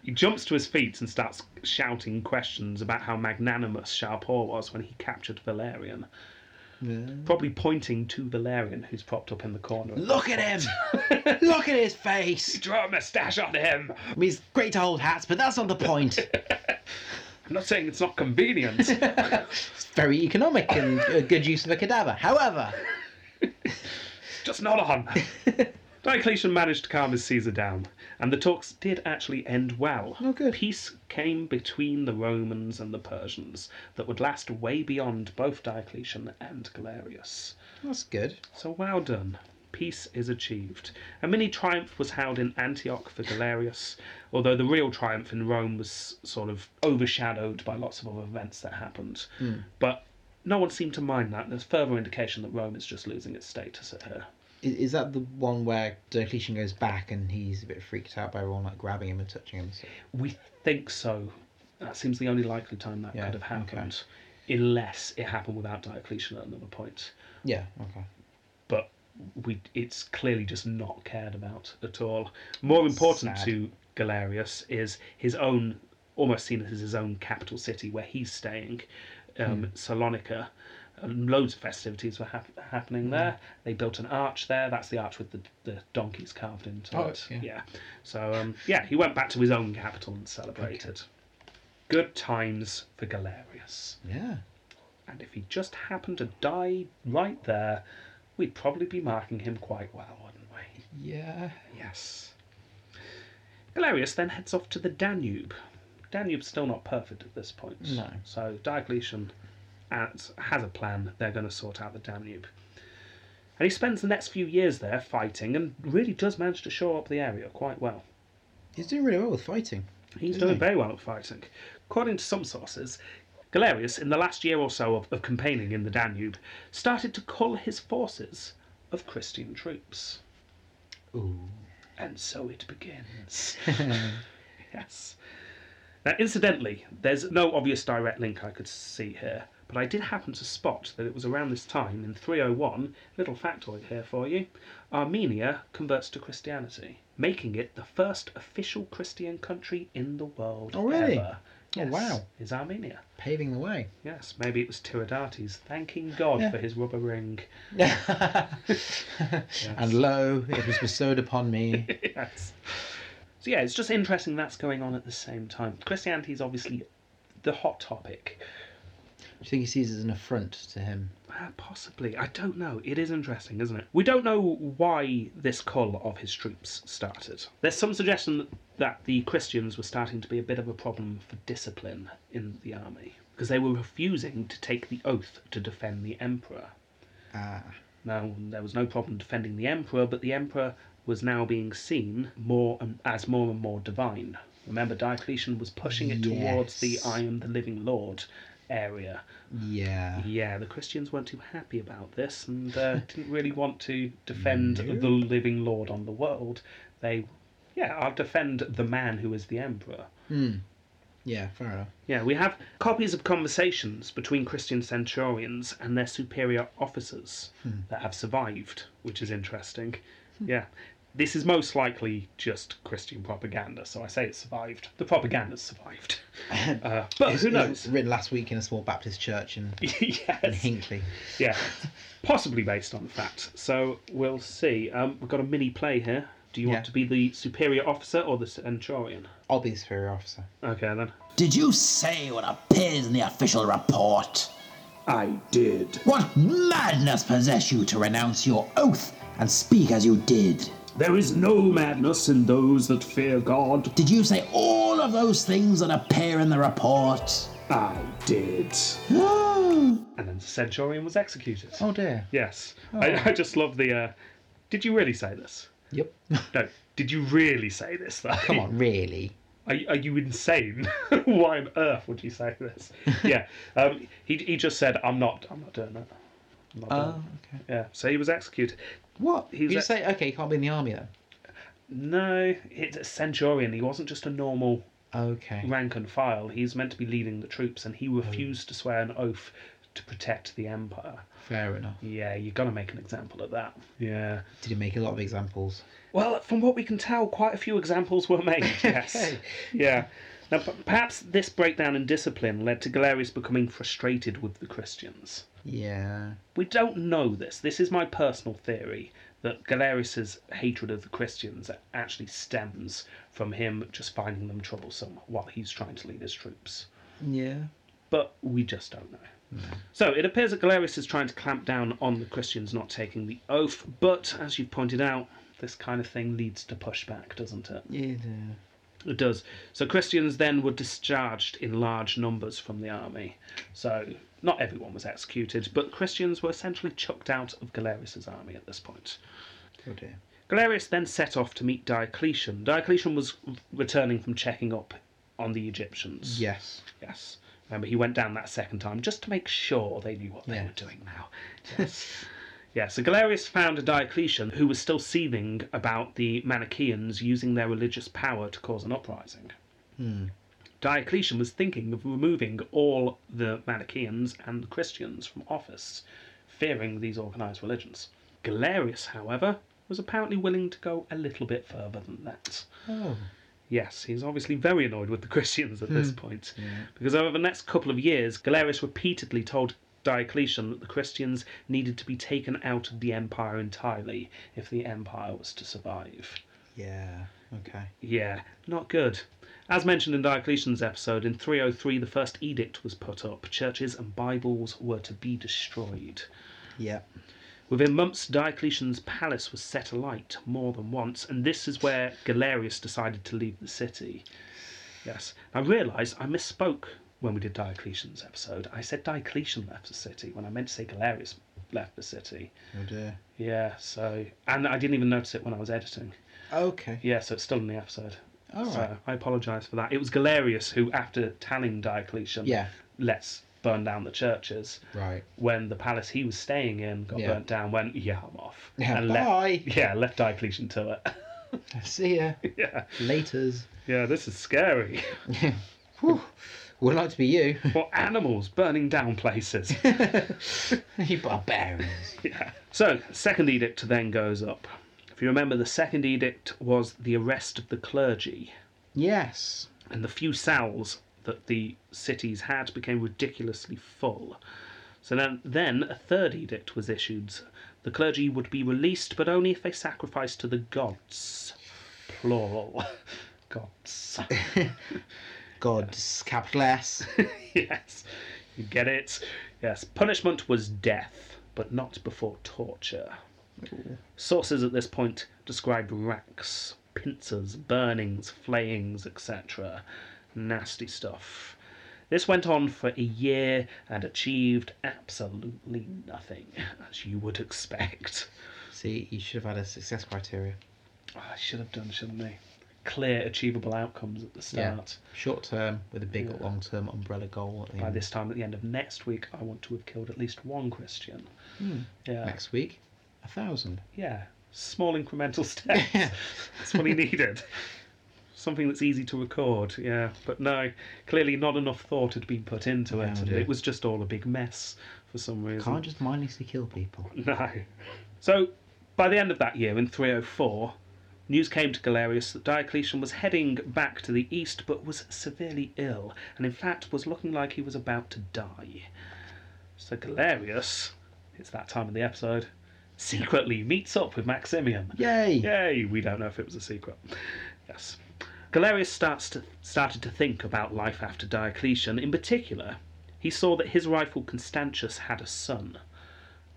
S3: He jumps to his feet and starts shouting questions about how magnanimous Sharpor was when he captured Valerian.
S2: Yeah.
S3: Probably pointing to Valerian, who's propped up in the corner.
S2: Look at him!
S3: [LAUGHS]
S2: Look at his face!
S3: Draw a moustache on him!
S2: I mean, it's great to hold hats, but that's not the point.
S3: I'm not saying it's not convenient.
S2: [LAUGHS] It's very economic and a good use of a cadaver. However, [LAUGHS]
S3: just not on. Diocletian managed to calm his Caesar down, and the talks did actually end well.
S2: Oh, good.
S3: Peace came between the Romans and the Persians that would last way beyond both Diocletian and Galerius.
S2: that's good.
S3: So well done. Peace is achieved. A mini triumph was held in Antioch for Galerius, although the real
S2: Hmm.
S3: triumph in Rome was sort of overshadowed by lots of other events that happened. But No one seemed to mind that. There's further indication that Rome is just losing its status at her.
S2: Is, is that the one where Diocletian goes back and he's a bit freaked out by everyone like grabbing him and touching him? and stuff?
S3: We think so. That seems the only likely time that
S2: Yeah,
S3: could have
S2: okay.
S3: happened, unless it happened without Diocletian at another point.
S2: yeah. Okay.
S3: But we, it's clearly just not cared about at all. More important
S2: Sad.
S3: to Galerius is his own, almost seen as his own capital city where he's staying,
S2: Hmm.
S3: um, Salonica. And loads of festivities were hap- happening
S2: Hmm.
S3: there. They built an arch there. That's the arch with the, the donkeys carved into
S2: Oh,
S3: it.
S2: yeah.
S3: So um, yeah, he went back to his own capital and celebrated. Good times for Galerius.
S2: Yeah.
S3: And if he just happened to die right there, we'd probably be marking him quite well, wouldn't we?
S2: Yeah.
S3: Yes. Galerius then heads off to the Danube. Danube's still not perfect at this point.
S2: No.
S3: So Diocletian at, has a plan. They're going to sort out the Danube. And he spends the next few years there fighting and really does manage to shore up the area quite well.
S2: He's doing really well with fighting.
S3: He's
S2: Isn't
S3: doing
S2: he?
S3: very well at fighting. According to some sources, Galerius, in the last year or so of, of campaigning in the Danube, started to cull his forces of Christian troops.
S2: Ooh. [LAUGHS]
S3: And so it begins. yes. Now, incidentally, there's no obvious direct link I could see here, but I did happen to spot that it was around this time in 301, little factoid here for you, Armenia converts to Christianity, making it the first official Christian country in the world.
S2: Oh, really?
S3: Ever.
S2: Oh, wow.
S3: Is Armenia.
S2: Paving the way.
S3: Yes, maybe it was Tiridates thanking God
S2: Yeah.
S3: for his rubber ring. [LAUGHS]
S2: And lo, it was bestowed upon me.
S3: yes. So yeah, it's just interesting that's going on at the same time. Christianity is obviously the hot topic.
S2: Do you think he sees it as an affront to him?
S3: Ah, possibly, I don't know. It is interesting, isn't it? We don't know why this cull of his troops started. There's some suggestion that- that the Christians were starting to be a bit of a problem for discipline in the army because they were refusing to take the oath to defend the emperor.
S2: Ah.
S3: Now, there was no problem defending the emperor, but the emperor was now being seen more and, as more and more divine. Remember, Diocletian was pushing it towards the
S2: Yes.
S3: "I am the living Lord" area.
S2: Yeah.
S3: Yeah, the Christians weren't too happy about this, and uh, didn't really want to defend the living Lord on the world. They, yeah, I'll defend the man who is the emperor.
S2: Hmm. Yeah, fair enough.
S3: Yeah, we have copies of conversations between Christian centurions and their superior officers that have survived, which is interesting. Yeah. This is most likely just Christian propaganda, so I say it survived. The propaganda's survived. Uh, [LAUGHS] but
S2: It's-
S3: who
S2: it's
S3: knows?
S2: Written last week in a small Baptist church in, in
S3: yes.
S2: Hinckley.
S3: Yeah. Possibly based on fact. So we'll see. Um, we've got a mini play here. Do you
S2: Yeah.
S3: want to be the superior officer or the centurion?
S2: I'll be the superior officer.
S3: Okay, then.
S4: Did you say what appears in the official report?
S5: I did.
S4: What madness possessed you to renounce your oath and speak as you did?
S5: There is no madness in those that fear God.
S4: Did you say all of those things that appear in the report?
S5: I
S2: [GASPS]
S5: did.
S3: And then the centurion was executed.
S2: Oh dear.
S3: Yes. I, I just love the. Uh, did you really say this?
S2: [LAUGHS] Yep.
S3: No. Did you really say this, though?
S2: Come on, really?
S3: Are, are you insane? [LAUGHS] Why on earth would you say this? yeah. Um, he, he just said, I'm not, I'm not doing that. I'm not doing
S2: Oh, okay.
S3: it." Yeah. So he was executed.
S2: What?
S3: Uh, He was
S2: you
S3: a-
S2: say, okay, you can't be in the army then?
S3: No, it's a centurion. He wasn't just a normal
S2: Okay.
S3: rank and file. He's meant to be leading the troops, and he refused to swear an oath to protect the empire.
S2: Fair enough.
S3: Yeah, you're going to make an example of that. Yeah.
S2: Did he make a lot of examples?
S3: Well, from what we can tell, quite a few examples were made, yes.
S2: Okay.
S3: Yeah. Now, p- perhaps this breakdown in discipline led to Galerius becoming frustrated with the Christians.
S2: Yeah.
S3: We don't know this. This is my personal theory that Galerius's hatred of the Christians actually stems from him just finding them troublesome while he's trying to lead his troops
S2: Yeah.
S3: but we just don't know. So it appears that Galerius is trying to clamp down on the Christians not taking the oath, but as you've pointed out, this kind of thing leads to pushback, doesn't it?
S2: Yeah.
S3: It does. So Christians then were discharged in large numbers from the army. So not everyone was executed, but Christians were essentially chucked out of Galerius's army at this point.
S2: Oh dear.
S3: Galerius then set off to meet Diocletian. Diocletian was returning from checking up on the Egyptians.
S2: Yes.
S3: Yes. Remember, he went down that second time just to make sure they knew what they
S2: Yeah.
S3: were doing now. Yes. [LAUGHS] yeah, so Galerius found a Diocletian who was still seething about the Manichaeans using their religious power to cause an uprising. Diocletian was thinking of removing all the Manichaeans and Christians from office, fearing these organised religions. Galerius, however, was apparently willing to go a little bit further than that.
S2: Oh.
S3: Yes, he's obviously very annoyed with the [LAUGHS] Christians at this point, because over the next couple of years, Galerius repeatedly told Diocletian that the Christians needed to be taken out of the empire entirely if the empire was to survive.
S2: Yeah. Okay.
S3: Yeah, not good. As mentioned in Diocletian's episode, in 303 the first edict was put up. Churches and Bibles were to be destroyed.
S2: Yeah.
S3: Within months, Diocletian's palace was set alight more than once, and this is where Galerius decided to leave the city. Yes, I realised I misspoke when we did Diocletian's episode. I said Diocletian left the city when I meant to say Galerius left the city.
S2: Oh dear.
S3: Yeah, so. And I didn't even notice it when I was editing.
S2: Okay.
S3: Yeah, so it's still in the episode.
S2: All
S3: So
S2: right.
S3: I apologise for that. It was Galerius who, after telling Diocletian,
S2: Yeah.
S3: let's burn down the churches,
S2: Right.
S3: when the palace he was staying in got
S2: Yeah.
S3: burnt down, went, yeah, I'm off.
S2: Yeah,
S3: left-
S2: bye.
S3: yeah, left Diocletian to it. [LAUGHS]
S2: See ya.
S3: yeah.
S2: Later's.
S3: yeah, this is scary. [LAUGHS]
S2: Whew. Would like to be you. [LAUGHS]
S3: What animals burning down places?
S2: you barbarians.
S3: Yeah. So, second edict then goes up. If you remember, the second edict was the arrest of the clergy.
S2: Yes.
S3: and the few cells that the cities had became ridiculously full. So then, then a third edict was issued. The clergy would be released, but only if they sacrificed to the gods. Plural. [LAUGHS] Gods.
S2: God's capital
S3: [LAUGHS]
S2: S.
S3: yes, you get it. Yes, punishment was death, but not before torture. Sources at this point describe racks, pincers, burnings, flayings, etc. Nasty stuff. This went on for a year and achieved absolutely nothing, as you would expect.
S2: See, you should have had a success criteria.
S3: Ah, I should have done, shouldn't I? Clear, achievable outcomes at the
S2: Yeah.
S3: start.
S2: Short term with a big long term umbrella goal at the
S3: By
S2: end.
S3: this time, at the end of next week, I want to have killed at least one Christian. Yeah.
S2: Next week, a thousand.
S3: Yeah, small incremental [LAUGHS] steps. that's what he needed. Something that's easy to record, yeah. But no, clearly not enough thought had been put into it.
S2: No,
S3: and
S2: dear.
S3: it was just all a big mess for some reason.
S2: Can't just mindlessly kill people.
S3: [LAUGHS] No. So, by the end of that year, in 304, news came to Galerius that Diocletian was heading back to the east but was severely ill, and in fact was looking like he was about to die. So, Galerius, it's that time of the episode, secretly meets up with Maximian.
S2: Yay!
S3: Yay! We don't know if it was a secret. Yes. Galerius starts to, started to think about life after Diocletian. In particular, he saw that his rival Constantius had a son,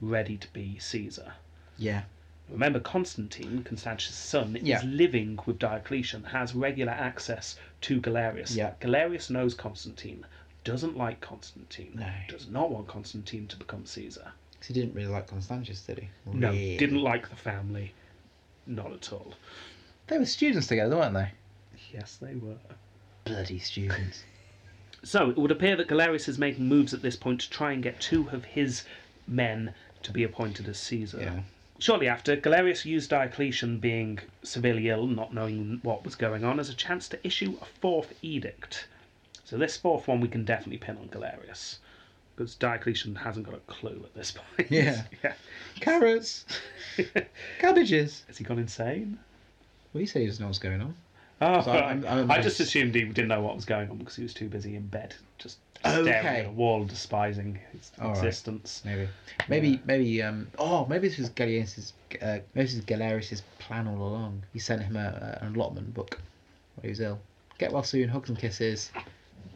S3: ready to be Caesar.
S2: Yeah.
S3: Remember, Constantine, Constantius' son,
S2: Yeah.
S3: is living with Diocletian, has regular access to Galerius.
S2: Yeah.
S3: Galerius knows Constantine, doesn't like Constantine,
S2: No.
S3: does not want Constantine to become Caesar.
S2: 'Cause he didn't really like Constantius, did he?
S3: No,
S2: Really.
S3: didn't like the family, not at all.
S2: They were students together, weren't they?
S3: Yes, they were.
S2: Bloody students.
S3: So it would appear that Galerius is making moves at this point to try and get two of his men to be appointed as Caesar.
S2: Yeah.
S3: Shortly after, Galerius used Diocletian being severely ill, not knowing what was going on, as a chance to issue a fourth edict. So this fourth one we can definitely pin on Galerius, because Diocletian hasn't got a clue at this [LAUGHS] point.
S2: Yeah.
S3: yeah.
S2: [LAUGHS] Carrots! Cabbages!
S3: [LAUGHS] Has he gone insane?
S2: Well, you say he doesn't know what's going on.
S3: Oh,
S2: So I'm- I'm- I'm-
S3: I just assumed he didn't know what was going on because he was too busy in bed, just staring
S2: Okay.
S3: at a wall, despising his
S2: All right.
S3: existence.
S2: Maybe. Maybe, maybe, um, oh, maybe this was Galerius's, uh, maybe this is Galerius's plan all along. He sent him a, a, an allotment book while he was ill. Get well soon, hugs and kisses,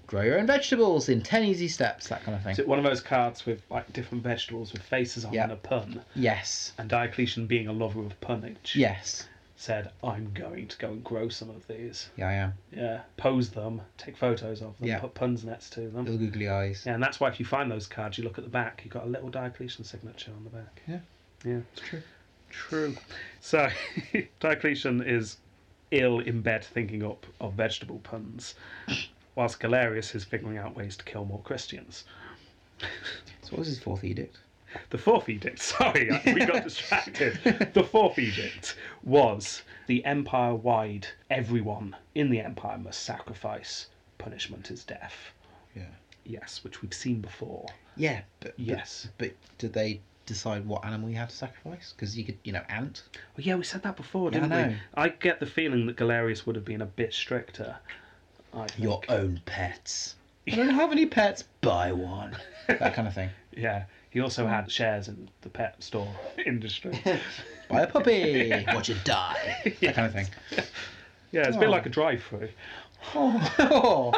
S2: grow your own vegetables in 10 easy steps, that kind of thing.
S3: Is it one of those cards with like different vegetables with faces on
S2: Yeah.
S3: and a pun?
S2: yes.
S3: And Diocletian, being a lover of punnage,
S2: Yes.
S3: said, "I'm going to go and grow some of these.
S2: Yeah, I am.
S3: Yeah, pose them, take photos of them,
S2: Yeah.
S3: put puns next to them.
S2: Little googly eyes.
S3: Yeah, and that's why if you find those cards, you look at the back. You've got a little Diocletian signature on the back.
S2: Yeah.
S3: yeah,
S2: True.
S3: true. So [LAUGHS] Diocletian is ill in bed, thinking up of vegetable puns. whilst Galerius is figuring out ways to kill more Christians.
S2: So what was his fourth edict?
S3: The fourth edict, [LAUGHS] sorry, I- we
S2: [LAUGHS]
S3: got distracted. The fourth edict was the empire wide, everyone in the empire must sacrifice, punishment is death.
S2: Yeah.
S3: Yes, which we've seen before.
S2: Yeah, but but-
S3: Yes.
S2: but, did they decide what animal you had to sacrifice? Because you could, you know, ant.
S3: Well, yeah, we said that before,
S2: Yeah, I
S3: didn't we?
S2: know.
S3: I get the feeling that Galerius would have been a bit stricter. I think.
S2: Your own pets. I don't have any pets. Buy [LAUGHS] one. That kind of thing.
S3: Yeah, he also had shares in the pet store [LAUGHS]
S2: [LAUGHS]
S3: industry. yeah,
S2: Buy a puppy. Watch it
S3: [LAUGHS]
S2: die. That kind of thing.
S3: it's a bit like a drive-through. [LAUGHS]
S2: Oh.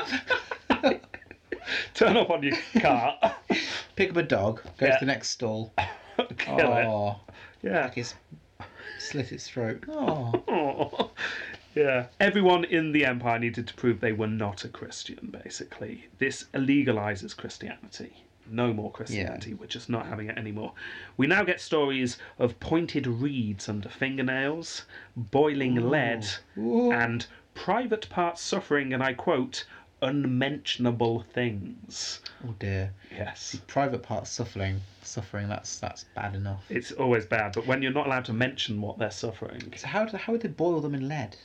S3: Turn up on your cart, [LAUGHS]
S2: Pick up a dog. Go
S3: Yeah.
S2: to the next stall.
S3: kill it.
S2: Oh.
S3: Yeah.
S2: It's slit its throat. Oh.
S3: Aw. [LAUGHS] Yeah. Everyone in the empire needed to prove they were not a Christian, basically. This legalizes Christianity. No more Christianity. We're just not having it anymore. We now get stories of pointed reeds under fingernails, boiling lead,
S2: Ooh.
S3: and private parts suffering, and I quote, unmentionable things.
S2: Oh dear.
S3: Yes.
S2: Private parts suffering. Suffering. That's that's bad enough.
S3: It's always bad, but when you're not allowed to mention what they're suffering.
S2: So how do, how would they boil them in lead?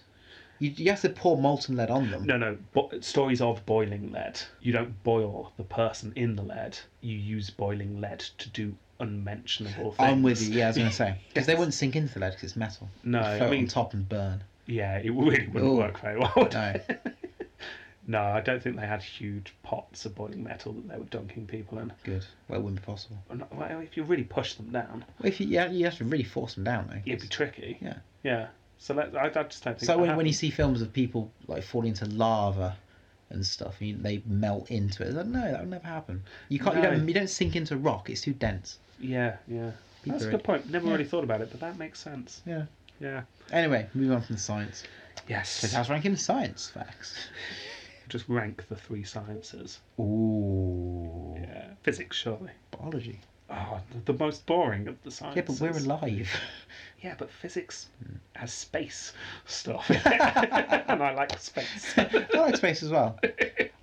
S2: You, you have to pour molten lead on them.
S3: No, no. Bo- stories of boiling lead. You don't boil the person in the lead. You use boiling lead to do unmentionable things.
S2: I'm with you. Yeah, I was gonna
S3: [LAUGHS]
S2: say because they wouldn't sink into the lead because it's metal.
S3: No,
S2: It'd float
S3: I mean-
S2: on top and burn.
S3: Yeah, it really wouldn't
S2: Ooh.
S3: work very well. would [LAUGHS]
S2: No,
S3: it? no, I don't think they had huge pots of boiling metal that they were dunking people in.
S2: good. Well, it wouldn't be possible.
S3: Or not- Well, if you really push them down,
S2: Well, if you yeah, you have to really force them down though.
S3: it'd be tricky.
S2: Yeah.
S3: Yeah. So that, I, I just don't think.
S2: So
S3: that
S2: when, when you
S3: happened.
S2: see films of people like falling into lava and stuff, and you, they melt into it, it's like, no, that would never happen. You can't. You
S3: No.
S2: don't. You don't sink into rock. It's too dense.
S3: Yeah, yeah. That's
S2: People
S3: a
S2: are-
S3: good point. Never really thought about it, but that makes sense.
S2: Yeah.
S3: Yeah.
S2: Anyway, moving on from the science. So
S3: Yes.
S2: how's ranking science facts?
S3: Just rank the three sciences.
S2: Ooh.
S3: Yeah. Physics, surely.
S2: Biology.
S3: Oh, the, the most boring of the
S2: Yeah,
S3: sciences.
S2: but we're alive. [LAUGHS] Hmm.
S3: Yeah, but physics has space
S2: [LAUGHS]
S3: stuff, in it. and I like space. Uh,
S2: I like space as well.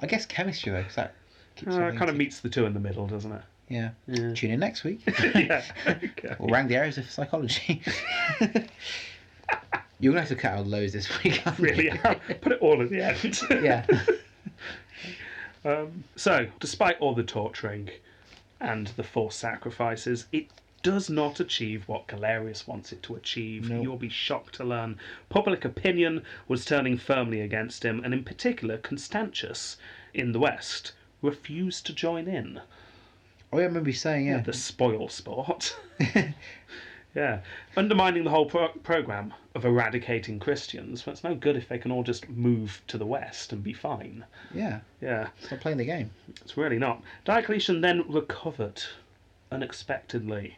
S2: I guess chemistry though, 'cause that keeps
S3: Ah, it
S2: everything
S3: Uh, kind of
S2: to-
S3: meets the two in the middle, doesn't
S2: [LAUGHS]
S3: it? [LAUGHS]
S2: Yeah.
S3: Yeah.
S2: Tune in next week.
S3: yeah. Okay.
S2: we'll rank the areas of psychology. [LAUGHS] You're gonna have to cut out loads this week. aren't you?
S3: Really, yeah. [LAUGHS] put it all at the end.
S2: [LAUGHS] Yeah.
S3: Um, so, despite all the torturing and the forced sacrifices, it does not achieve what Galerius wants it to achieve. You'll be shocked to learn public opinion was turning firmly against him, and in particular, Constantius in the West refused to join in
S2: Oh, yeah, I remember you saying yeah.
S3: the spoil sport. [LAUGHS] yeah, undermining the whole pro- program of eradicating Christians. Well, it's no good if they can all just move to the West and be fine.
S2: Yeah.
S3: Yeah.
S2: Stop playing the game.
S3: It's really not. Diocletian then recovered unexpectedly,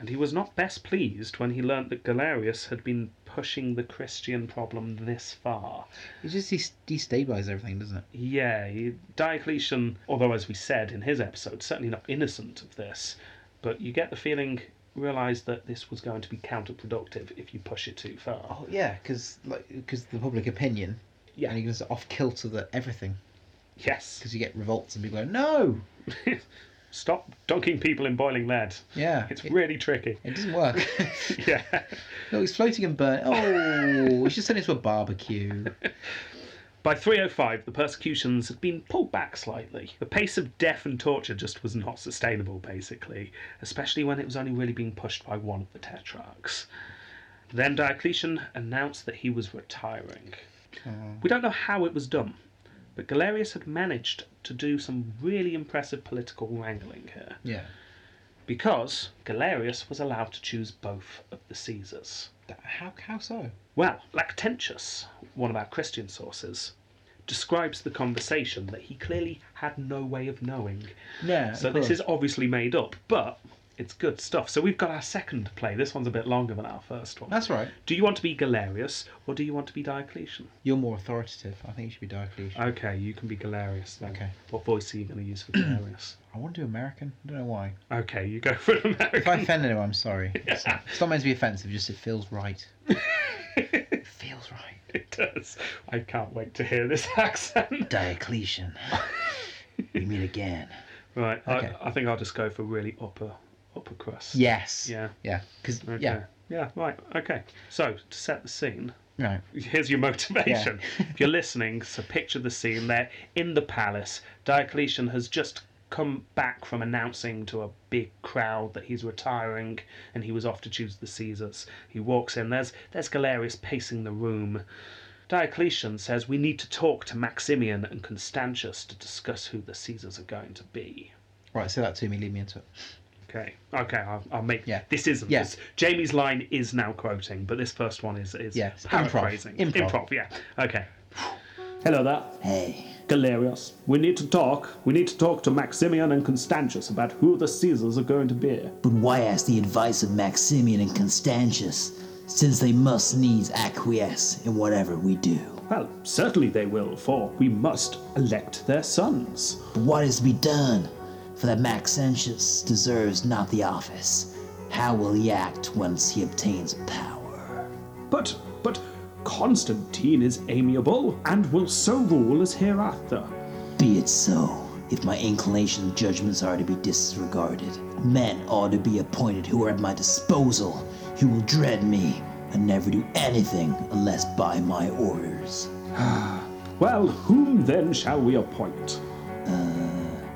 S3: and he was not best pleased when he learnt that Galerius had been pushing the Christian problem this far.
S2: It just de- destabilizes everything, doesn't it?
S3: Yeah, he, Diocletian, although as we said in his episode, certainly not innocent of this, but you get the feeling, realise that this was going to be counterproductive if you push it too far.
S2: Oh yeah, because the public opinion.
S3: Yeah.
S2: And you can just off kilter the everything
S3: yes, [LAUGHS]
S2: because you get revolts and people go no.
S3: stop dunking people in boiling lead.
S2: Yeah.
S3: It's
S2: it,
S3: really tricky. [LAUGHS]
S2: it doesn't work. [LAUGHS]
S3: Yeah.
S2: no, it's floating and burn. Oh, we should send it to a barbecue.
S3: By 305, the persecutions had been pulled back slightly. The pace of death and torture just was not sustainable, basically, especially when it was only really being pushed by one of the tetrarchs. Then Diocletian announced that he was retiring. We don't know how it was done, but Galerius had managed to do some really impressive political wrangling here,
S2: Yeah.
S3: because Galerius was allowed to choose both of the Caesars.
S2: That- How how so?
S3: Well, Lactantius, one of our Christian sources, describes the conversation that he clearly had no way of knowing.
S2: Yeah.
S3: So this is obviously made up, but it's good stuff. So we've got our second play. This one's a bit longer than our first one.
S2: that's right.
S3: Do you want to be Galerius or do you want to be Diocletian?
S2: You're more authoritative. I think you should be Diocletian.
S3: Okay, you can be Galerius then.
S2: Okay.
S3: What voice are you going to use for Galerius?
S2: I want to do American. I don't know why.
S3: [CLEARS THROAT] okay, you go [LAUGHS] for an
S2: If I
S3: American.
S2: offend anyone, I'm sorry. It's not meant to be offensive. Just it feels right. It feels right.
S3: It does. I can't wait to hear this [LAUGHS]
S2: [LAUGHS]
S3: accent.
S2: Diocletian. we meet again.
S3: Right.
S2: Okay.
S3: I, I think I'll just go for really upper upper crust.
S2: Yes.
S3: Yeah.
S2: Yeah. Because
S3: Okay.
S2: yeah.
S3: Yeah, right. Okay. So, to set the scene,
S2: No.
S3: here's your [LAUGHS] motivation. if you're listening, so picture the scene. They're in the palace. Diocletian has just come back from announcing to a big crowd that he's retiring and he was off to choose the Caesars. He walks in, there's there's Galerius pacing the room. Diocletian says we need to talk to Maximian and Constantius to discuss who the Caesars are going to be.
S2: Right. Say that to me. Lead me into it.
S3: Okay. Okay. I'll, I'll make.
S2: Yeah.
S3: This is.
S2: Yeah.
S3: This, Jamie's line is now quoting, but this first one is is
S2: Yes, improv.
S3: paraphrasing.
S2: Improv.
S3: Yeah. Okay.
S5: Hello there,
S4: Hey,
S5: Galerius. We need to talk. We need to talk to Maximian and Constantius about who the Caesars are going to be.
S4: but why ask the advice of Maximian and Constantius, since they must needs acquiesce in whatever we do?
S5: Well, certainly they will, for we must elect their sons.
S4: But what is to be done? For that Maxentius deserves not the office. How will he act once he obtains power?
S5: But, but, Constantine is amiable and will so rule as hereafter.
S4: Be it so. If my inclination and judgments are to be disregarded, men ought to be appointed who are at my disposal, who will dread me, and never do anything unless by my orders.
S5: Well, whom then shall we appoint?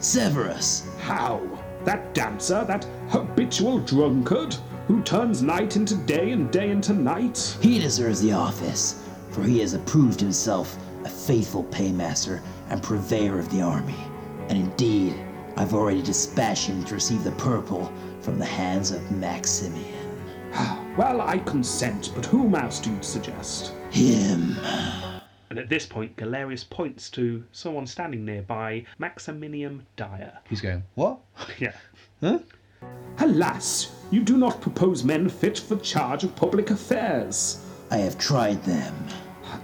S4: Severus,
S5: How? That dancer, that habitual drunkard, who turns night into day and day into night?
S4: he deserves the office, for he has approved himself a faithful paymaster and purveyor of the army. And indeed, I've already dispatched him to receive the purple from the hands of Maximian.
S5: Well, I consent, but whom else do you suggest?
S4: Him.
S3: And at this point, Galerius points to someone standing nearby, Maximinium Dyer. [LAUGHS]
S2: He's going. What? [LAUGHS]
S3: Yeah.
S5: Alas, you do not propose men fit for charge of public affairs.
S4: I have tried them.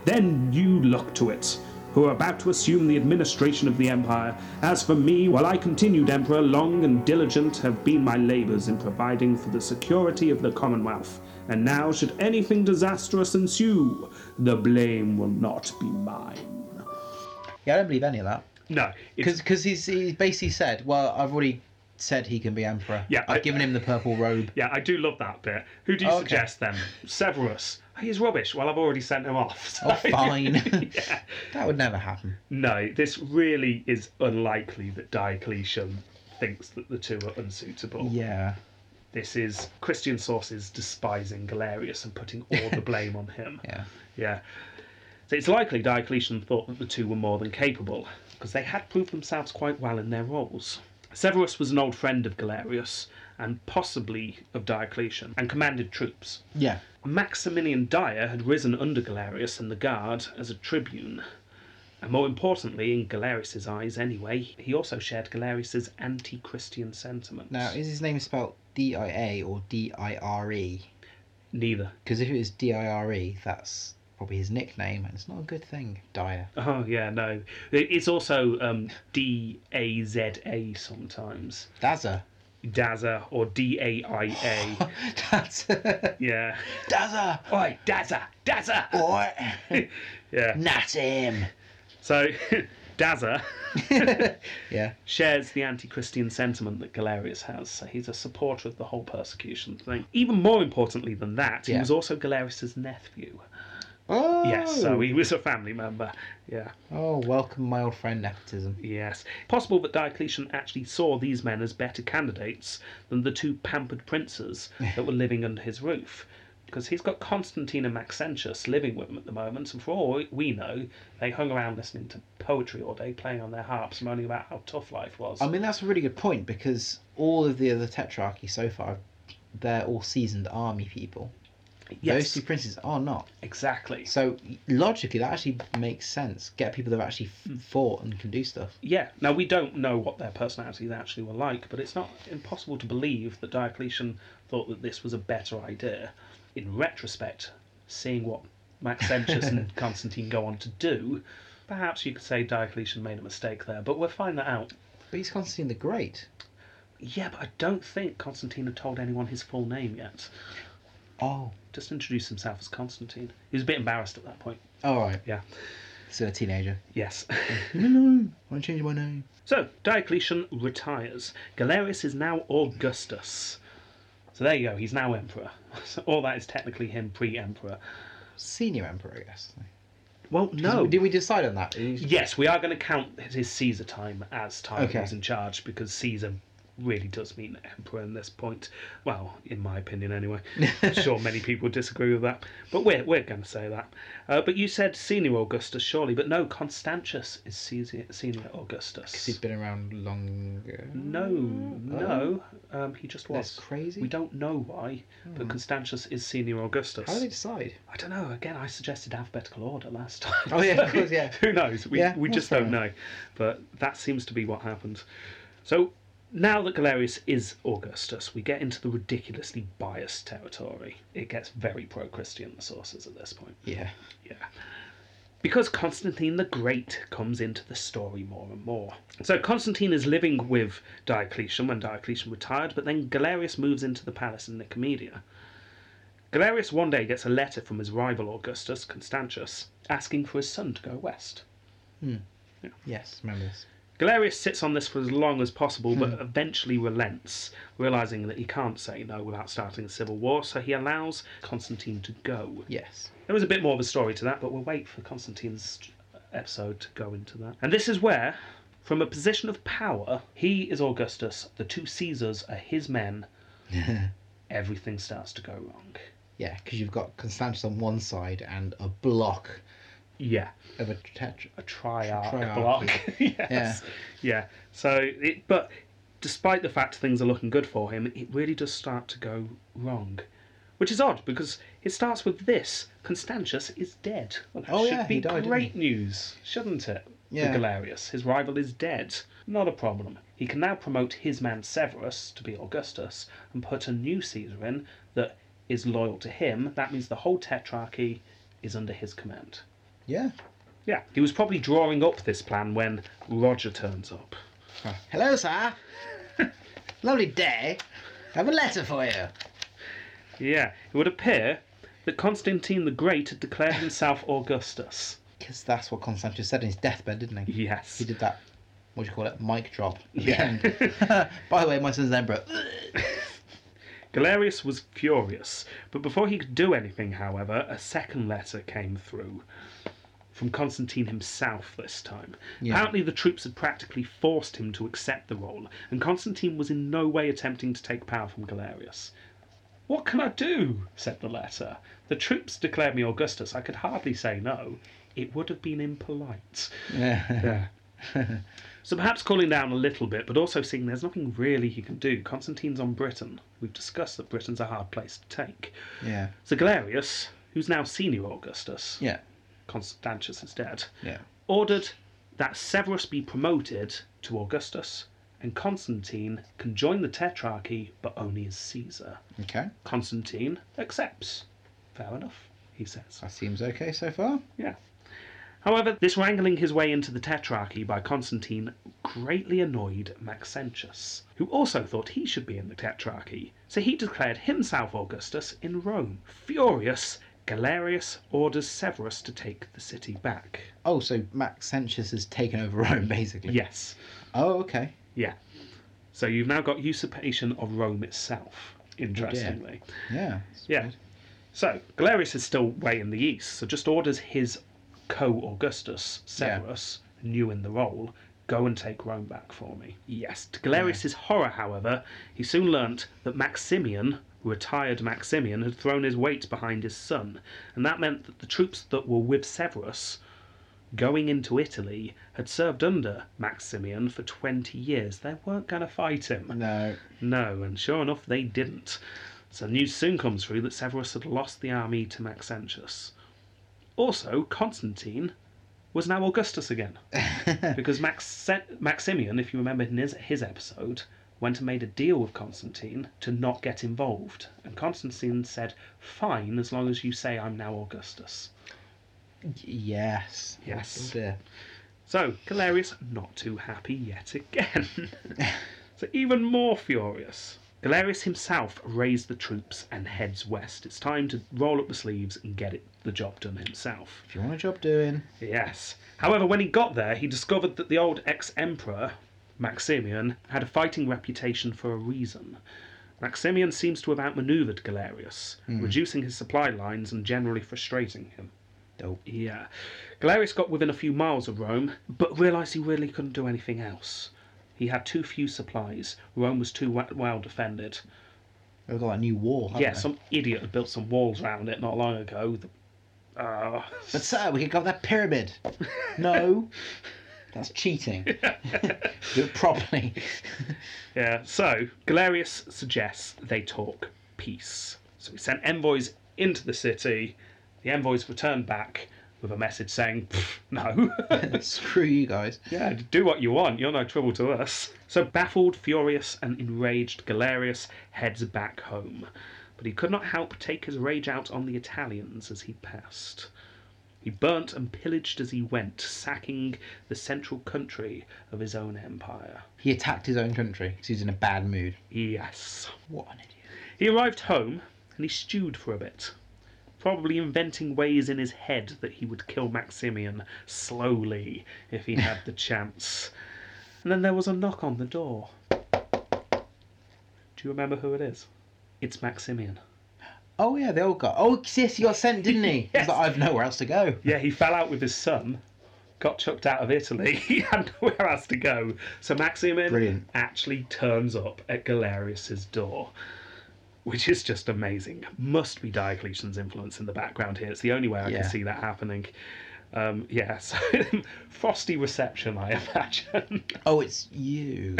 S5: Then you look to it, who are about to assume the administration of the empire. As for me, while I continued emperor, long and diligent have been my labours in providing for the security of the Commonwealth. And now, should anything disastrous ensue, the blame will not be mine.
S2: Yeah. I don't believe any of that.
S3: No. It's,
S2: Because he's he basically said, well, I've already said he can be emperor.
S3: Yeah,
S2: I've
S3: I-
S2: given him the purple robe.
S3: yeah, I do love that bit. Who do you
S2: Okay.
S3: suggest then? Severus. He's rubbish. Well, I've already sent him off. so-
S2: Oh, fine.
S3: [LAUGHS]
S2: [LAUGHS]
S3: yeah.
S2: that would never happen.
S3: No, this really is unlikely that Diocletian thinks that the two are unsuitable.
S2: Yeah.
S3: This is Christian sources despising Galerius and putting all
S2: [LAUGHS]
S3: the blame on him.
S2: Yeah.
S3: Yeah. So it's likely Diocletian thought that the two were more than capable, because they had proved themselves quite well in their roles. Severus was an old friend of Galerius, and possibly of Diocletian, and commanded troops.
S2: Yeah.
S3: Maximilian Dyer had risen under Galerius in the Guard as a tribune. And more importantly, in Galerius's eyes anyway, he also shared Galerius's anti Christian sentiments.
S2: Now, is his name spelled D I A or D I R E?
S3: Neither. [LAUGHS]
S2: Because if it was D I R E, that's probably his nickname, and it's not a good thing. Dyer.
S3: Oh, yeah, no. It- It's also um, D A Z A sometimes.
S2: Dazza. [LAUGHS]
S3: Dazza or D A I [LAUGHS] A.
S2: Dazza. [LAUGHS]
S3: Yeah.
S2: Dazza.
S3: Oi, Dazza! Dazza!
S2: What?
S3: Yeah.
S2: Nat him.
S3: So, [LAUGHS] Dazza
S2: Yeah.
S3: shares the anti Christian sentiment that Galerius has, so he's a supporter of the whole persecution thing. Even more importantly than that, he
S2: Yeah.
S3: was also Galerius's nephew.
S2: Oh.
S3: Yes, so he was a family member. Yeah.
S2: Oh, welcome, my old friend nepotism.
S3: Yes. Possible that Diocletian actually saw these men as better candidates than the two pampered [LAUGHS] princes that were living under his roof. Because he's got Constantine and Maxentius living with him at the moment, and for all we know, they hung around listening to poetry all day, playing on their harps, moaning about how tough life was.
S2: I mean, that's a really good point because all of the other tetrarchy so far, they're all seasoned army people. Those
S3: yes,
S2: two princes are not.
S3: exactly.
S2: So logically, that actually makes sense. Get people that have actually f- fought and can do stuff.
S3: Yeah. Now we don't know what their personalities actually were like, but it's not impossible to believe that Diocletian thought that this was a better idea. In retrospect, seeing what Maxentius and Constantine go on to do, perhaps you could say Diocletian made a mistake there, but we'll find that out.
S2: But he's Constantine the Great.
S3: Yeah, but I don't think Constantine had told anyone his full name yet.
S2: Oh.
S3: Just introduced himself as Constantine. He was a bit embarrassed at that point.
S2: All right.
S3: Yeah.
S2: Still a [LAUGHS] teenager.
S3: Yes. [LAUGHS]
S2: No, no, no. I want to change my name.
S3: so, Diocletian retires. Galerius is now Augustus. So there you go, he's now emperor. [LAUGHS] So all that is technically him pre emperor.
S2: Senior emperor, I guess.
S3: Well, no.
S2: Did we decide on that?
S3: Yes, we are going to count his Caesar time as time he
S2: Okay.
S3: was in charge because Caesar really does mean emperor in this point. Well, in my opinion, anyway. I'm sure many people disagree with that, but we're, we're going to say that. Uh, but you said senior Augustus, surely, but no, Constantius is Caesar, senior
S2: He's
S3: Augustus.
S2: been around uh, longer.
S3: No, no, um, he just was.
S2: Mm. Oh. That's crazy. Hmm.
S3: We don't know why, but Constantius is senior Augustus.
S2: How do they decide?
S3: I don't know. Again, I suggested alphabetical order last time.
S2: Oh,
S3: [LAUGHS]
S2: yeah, of course, yeah.
S3: Who knows? We,
S2: Yeah,
S3: we
S2: that's
S3: just don't
S2: fair
S3: know. But that seems to be what happened. So now that Galerius is Augustus, we get into the ridiculously biased territory. It gets very pro Christian, the sources at this point.
S2: Yeah.
S3: Yeah. Because Constantine the Great comes into the story more and more. So Constantine is living with Diocletian when Diocletian retired, but then Galerius moves into the palace in Nicomedia. Galerius one day gets a letter from his rival Augustus, Constantius, asking for his son to go west.
S2: Yes, remember this.
S3: Galerius sits on this for as long as possible, but eventually relents, realizing that he can't say no without starting a civil war, so he allows Constantine to go.
S2: [LAUGHS] Yes.
S3: There was a bit more of a story to that, but we'll wait for Constantine's episode to go into that. And this is where, from a position of power, he is Augustus, the two Caesars are his men, everything starts to go wrong.
S2: Yeah, because you've got Constantius on one side and a block
S3: Yeah.
S2: of a tetra.
S3: a triarch,
S2: Triarchy.
S3: block. [LAUGHS] yes. Yeah. So, it, but despite the fact things are looking good for him, it really does start to go wrong, which is odd because it starts with this: Constantius is dead. Well, that
S2: Oh,
S3: should
S2: yeah,
S3: be
S2: he died, didn't
S3: great news, shouldn't it?
S2: Yeah.
S3: For Galerius, his rival is dead. Not a problem. He can now promote his man Severus to be Augustus and put a new Caesar in that is loyal to him. That means the whole tetrarchy is under his command.
S2: Yeah.
S3: Yeah, he was probably drawing up this plan when Roger turns up.
S2: Hello, sir. [LAUGHS] Lovely day. I have a letter for you.
S3: Yeah, it would appear that Constantine the Great had declared himself Augustus.
S2: Because that's what Constantius said in his deathbed, didn't he?
S3: Yes.
S2: He did that, what do you call it, mic drop. at the
S3: Yeah.
S2: end. [LAUGHS] By the way, my son's emperor.
S3: Galerius was furious, but before he could do anything, however, a second letter came through. From Constantine himself this time.
S2: Yeah.
S3: Apparently, the troops had practically forced him to accept the role, and Constantine was in no way attempting to take power from Galerius. What can I do? said the letter. The troops declared me Augustus. I could hardly say no. It would have been impolite.
S2: Yeah.
S3: Yeah. so perhaps cooling down a little bit, but also seeing there's nothing really he can do. Constantine's on Britain. We've discussed that Britain's a hard place to take.
S2: Yeah.
S3: So Galerius, who's now senior Augustus,
S2: Yeah.
S3: Constantius is dead,
S2: Yeah.
S3: ordered that Severus be promoted to Augustus and Constantine can join the Tetrarchy, but only as Caesar.
S2: Okay.
S3: Constantine accepts. Fair enough, he says.
S2: That seems okay so far.
S3: Yeah. However, this wrangling his way into the Tetrarchy by Constantine greatly annoyed Maxentius, who also thought he should be in the Tetrarchy, so he declared himself Augustus in Rome. Furious, Galerius orders Severus to take the city back.
S2: Oh, so Maxentius has taken over Rome, basically.
S3: Yes,
S2: Oh, okay.
S3: yeah. So you've now got usurpation of Rome itself, interestingly.
S2: Yeah.
S3: Yeah. So Galerius is still way in the east, so just orders his co Augustus,
S2: Yeah.
S3: Severus, new in the role, go and take Rome back for me. Yes. To Galerius's horror, however, he soon learnt that Maximian, retired Maximian, had thrown his weight behind his son, and that meant that the troops that were with Severus going into Italy had served under Maximian for 20 years. They weren't going to fight him.
S2: No.
S3: No, and sure enough, they didn't. So news soon comes through that Severus had lost the army to Maxentius. Also, Constantine was now Augustus again, because Max- Maximian, if you remember in his, his episode, went and made a deal with Constantine to not get involved. And Constantine said, Fine, as long as you say I'm now Augustus.
S2: Yes.
S3: Yes.
S2: Oh, dear.
S3: So, Galerius not too happy yet again. so, even more furious, Galerius himself raised the troops and heads west. It's time to roll up the sleeves and get it, the job done himself.
S2: If you want a job doing,
S3: Yes. However, when he got there, he discovered that the old ex emperor, Maximian, had a fighting reputation for a reason. Maximian seems to have outmaneuvered Galerius, reducing his supply lines and generally frustrating him.
S2: dope.
S3: Yeah. Galerius got within a few miles of Rome, but realised he really couldn't do anything else. He had too few supplies. Rome was too wa- well defended.
S2: They've got that new war. haven't
S3: Yeah,
S2: they?
S3: some idiot had built some walls around it not long ago. The- uh,
S2: But sir, we could go up that
S3: [LAUGHS]
S2: pyramid. no, that's cheating. Do it properly. [LAUGHS]
S3: Yeah, so Galerius suggests they talk peace. So he sent envoys into the city. The envoys returned back with a message saying, "Pff, no. [LAUGHS]
S2: Screw you guys.
S3: yeah, do what you want. You're no trouble to us. So baffled, furious, and enraged, Galerius heads back home. But he could not help take his rage out on the Italians as he passed. He burnt and pillaged as he went, sacking the central country of his own empire.
S2: He attacked his own country because he was in a bad mood.
S3: Yes.
S2: What an idiot.
S3: He arrived home and he stewed for a bit, probably inventing ways in his head that he would kill Maximian slowly if he had the chance. And then there was a knock on the door. Do you remember who it is? It's Maximian.
S2: Oh yeah, they all got. Oh yes, he got sent, didn't he?
S3: Yes.
S2: He's like, I've nowhere else to go.
S3: Yeah, he fell out with his son, got chucked out of Italy, [LAUGHS] he had nowhere else to go. So Maximian
S2: Brilliant.
S3: actually turns up at Galerius's door, which is just amazing. Must be Diocletian's influence in the background here. It's the only way I
S2: Yeah.
S3: can see that happening. Um, yeah, [LAUGHS] so frosty reception, I imagine.
S2: Oh, it's
S3: [LAUGHS]
S2: you.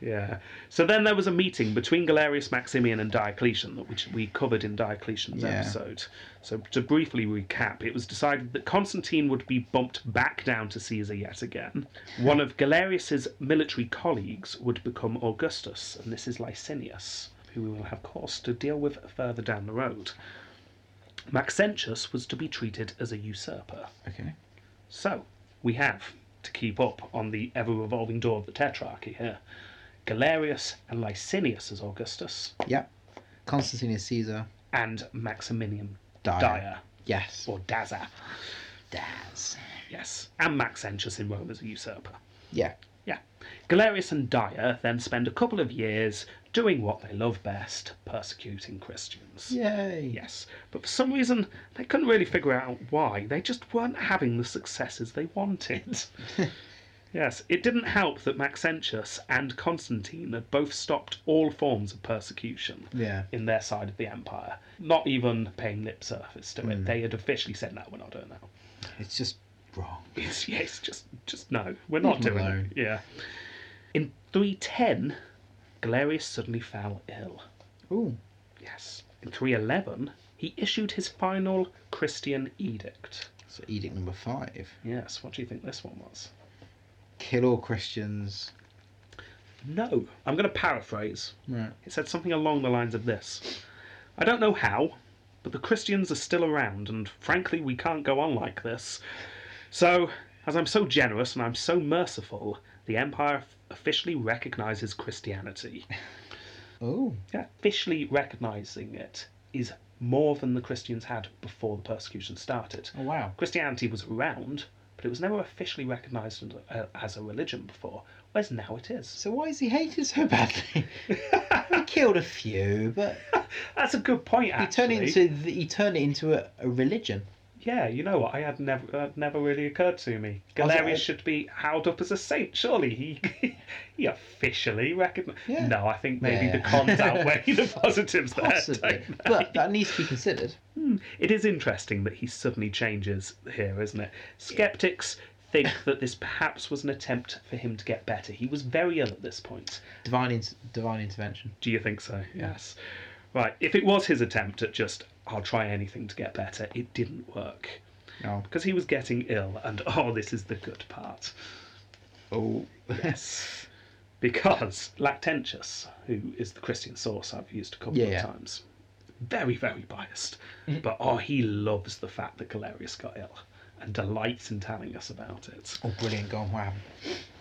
S3: yeah. So then there was a meeting between Galerius Maximian and Diocletian, which we covered in Diocletian's
S2: Yeah.
S3: episode. So to briefly recap, it was decided that Constantine would be bumped back down to Caesar yet again. One of Galerius's military colleagues would become Augustus, and this is Licinius, who we will have course to deal with further down the road. Maxentius was to be treated as a usurper.
S2: Okay.
S3: So, we have to keep up on the ever revolving door of the Tetrarchy here. Galerius and Licinius as Augustus,
S2: Yep. Constantine is Caesar.
S3: and Maximinian
S2: Dire.
S3: Dyer,
S2: Yes.
S3: or Daza,
S2: Daz.
S3: yes, and Maxentius in Rome as a usurper.
S2: Yeah.
S3: Yeah. Galerius and Dyer then spend a couple of years doing what they love best persecuting Christians.
S2: Yay.
S3: Yes, but for some reason they couldn't really figure out why. They just weren't having the successes they
S2: [LAUGHS]
S3: wanted. yes, it didn't help that Maxentius and Constantine had both stopped all forms of persecution
S2: Yeah.
S3: in their side of the empire, not even paying lip service to
S2: Hmm.
S3: it. They had officially said, "No, we're not doing that." [LAUGHS]
S2: It's just wrong.
S3: It's, yeah, it's just, just no, we're not
S2: Leave them
S3: doing
S2: alone.
S3: it. Yeah. In 310, Galerius suddenly fell ill.
S2: Ooh.
S3: Yes. In 311, he issued his final Christian edict.
S2: So edict number five.
S3: Yes, what do you think this one was?
S2: Kill all Christians.
S3: No. I'm going to paraphrase.
S2: Right.
S3: It said something along the lines of this I don't know how, but the Christians are still around, and frankly, we can't go on like this. So, as I'm so generous and I'm so merciful, the Empire officially recognizes [LAUGHS] Christianity.
S2: Oh.
S3: Yeah, officially recognizing it is more than the Christians had before the persecution started.
S2: Oh wow.
S3: Christianity was around, but it was never officially recognised as a- as a religion before, whereas now it is.
S2: So why is he hated so badly? [LAUGHS] he killed a few, but
S3: That's a good point,
S2: he turned
S3: actually.
S2: it into the, he turned it into a, a [LAUGHS] religion.
S3: Yeah, you know what? I had never uh, never really occurred to me.
S2: was-
S3: Galerius
S2: I-
S3: should be held up as a saint, surely. He [LAUGHS] he officially recognised.
S2: Yeah.
S3: No, I think
S2: Yeah,
S3: maybe
S2: yeah. [LAUGHS]
S3: the cons outweigh the positives there.
S2: Possibly,
S3: don't they?
S2: but that needs to be considered.
S3: It is interesting that he suddenly changes here, isn't it? Skeptics think that this perhaps was an attempt for him to get better. He was very ill at this point.
S2: Divine in, divine intervention.
S3: Do you think so? Yes. Right. If it was his attempt at just, I'll try anything to get better, it didn't work.
S2: Oh.
S3: Because he was getting ill, and [LAUGHS] oh, this is the good part.
S2: Oh. [LAUGHS]
S3: Yes. because Lactantius, who is the Christian source I've used a couple
S2: Yeah, Mm-hmm.
S3: of
S2: yeah.
S3: times, very, very biased. But oh, he loves the fact that Galerius got ill and delights in telling us about it.
S2: Oh, brilliant. Go on. Wow.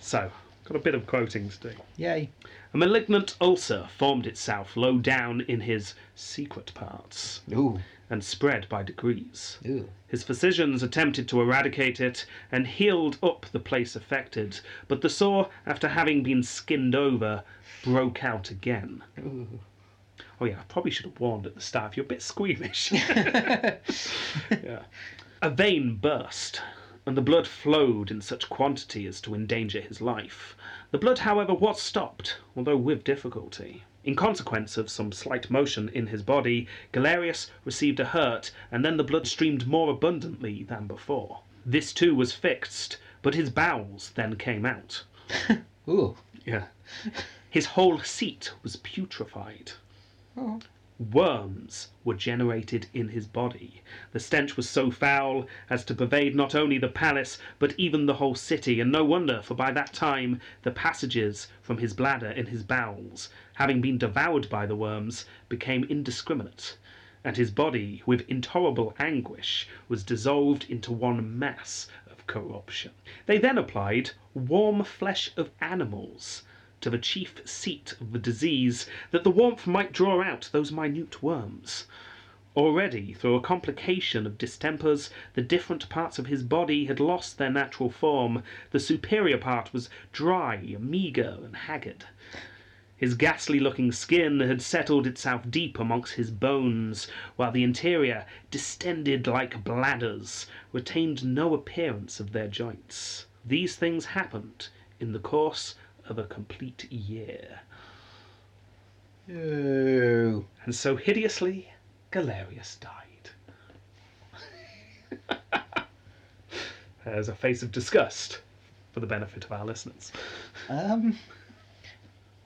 S3: So, Got a bit of quoting to do.
S2: Yay.
S3: A malignant ulcer formed itself low down in his secret parts
S2: Ooh.
S3: and spread by degrees.
S2: Ooh.
S3: His physicians attempted to eradicate it and healed up the place affected, but the sore, after having been skinned over, broke out again. Oh, yeah, I probably should have warned at the start if you're a bit squeamish. [LAUGHS] yeah. A vein burst, and the blood flowed in such quantity as to endanger his life. The blood, however, was stopped, although with difficulty. In consequence of some slight motion in his body, Galerius received a hurt, and then the blood streamed more abundantly than before. This too was fixed, but his bowels then came out.
S2: Ooh.
S3: Yeah. His whole seat was putrefied.
S2: Oh.
S3: Worms were generated in his body. The stench was so foul as to pervade not only the palace, but even the whole city, and no wonder, for by that time the passages from his bladder in his bowels, having been devoured by the worms, became indiscriminate, and his body, with intolerable anguish, was dissolved into one mass of corruption. They then applied warm flesh of animals to the chief seat of the disease, that the warmth might draw out those minute worms. Already, through a complication of distempers, the different parts of his body had lost their natural form. The superior part was dry, meagre, and haggard. His ghastly looking skin had settled itself deep amongst his bones, while the interior, distended like bladders, retained no appearance of their joints. These things happened in the course of a complete year.
S2: Ooh.
S3: And so hideously, Galerius died. [LAUGHS] There's a face of disgust for the benefit of our listeners.
S2: Um,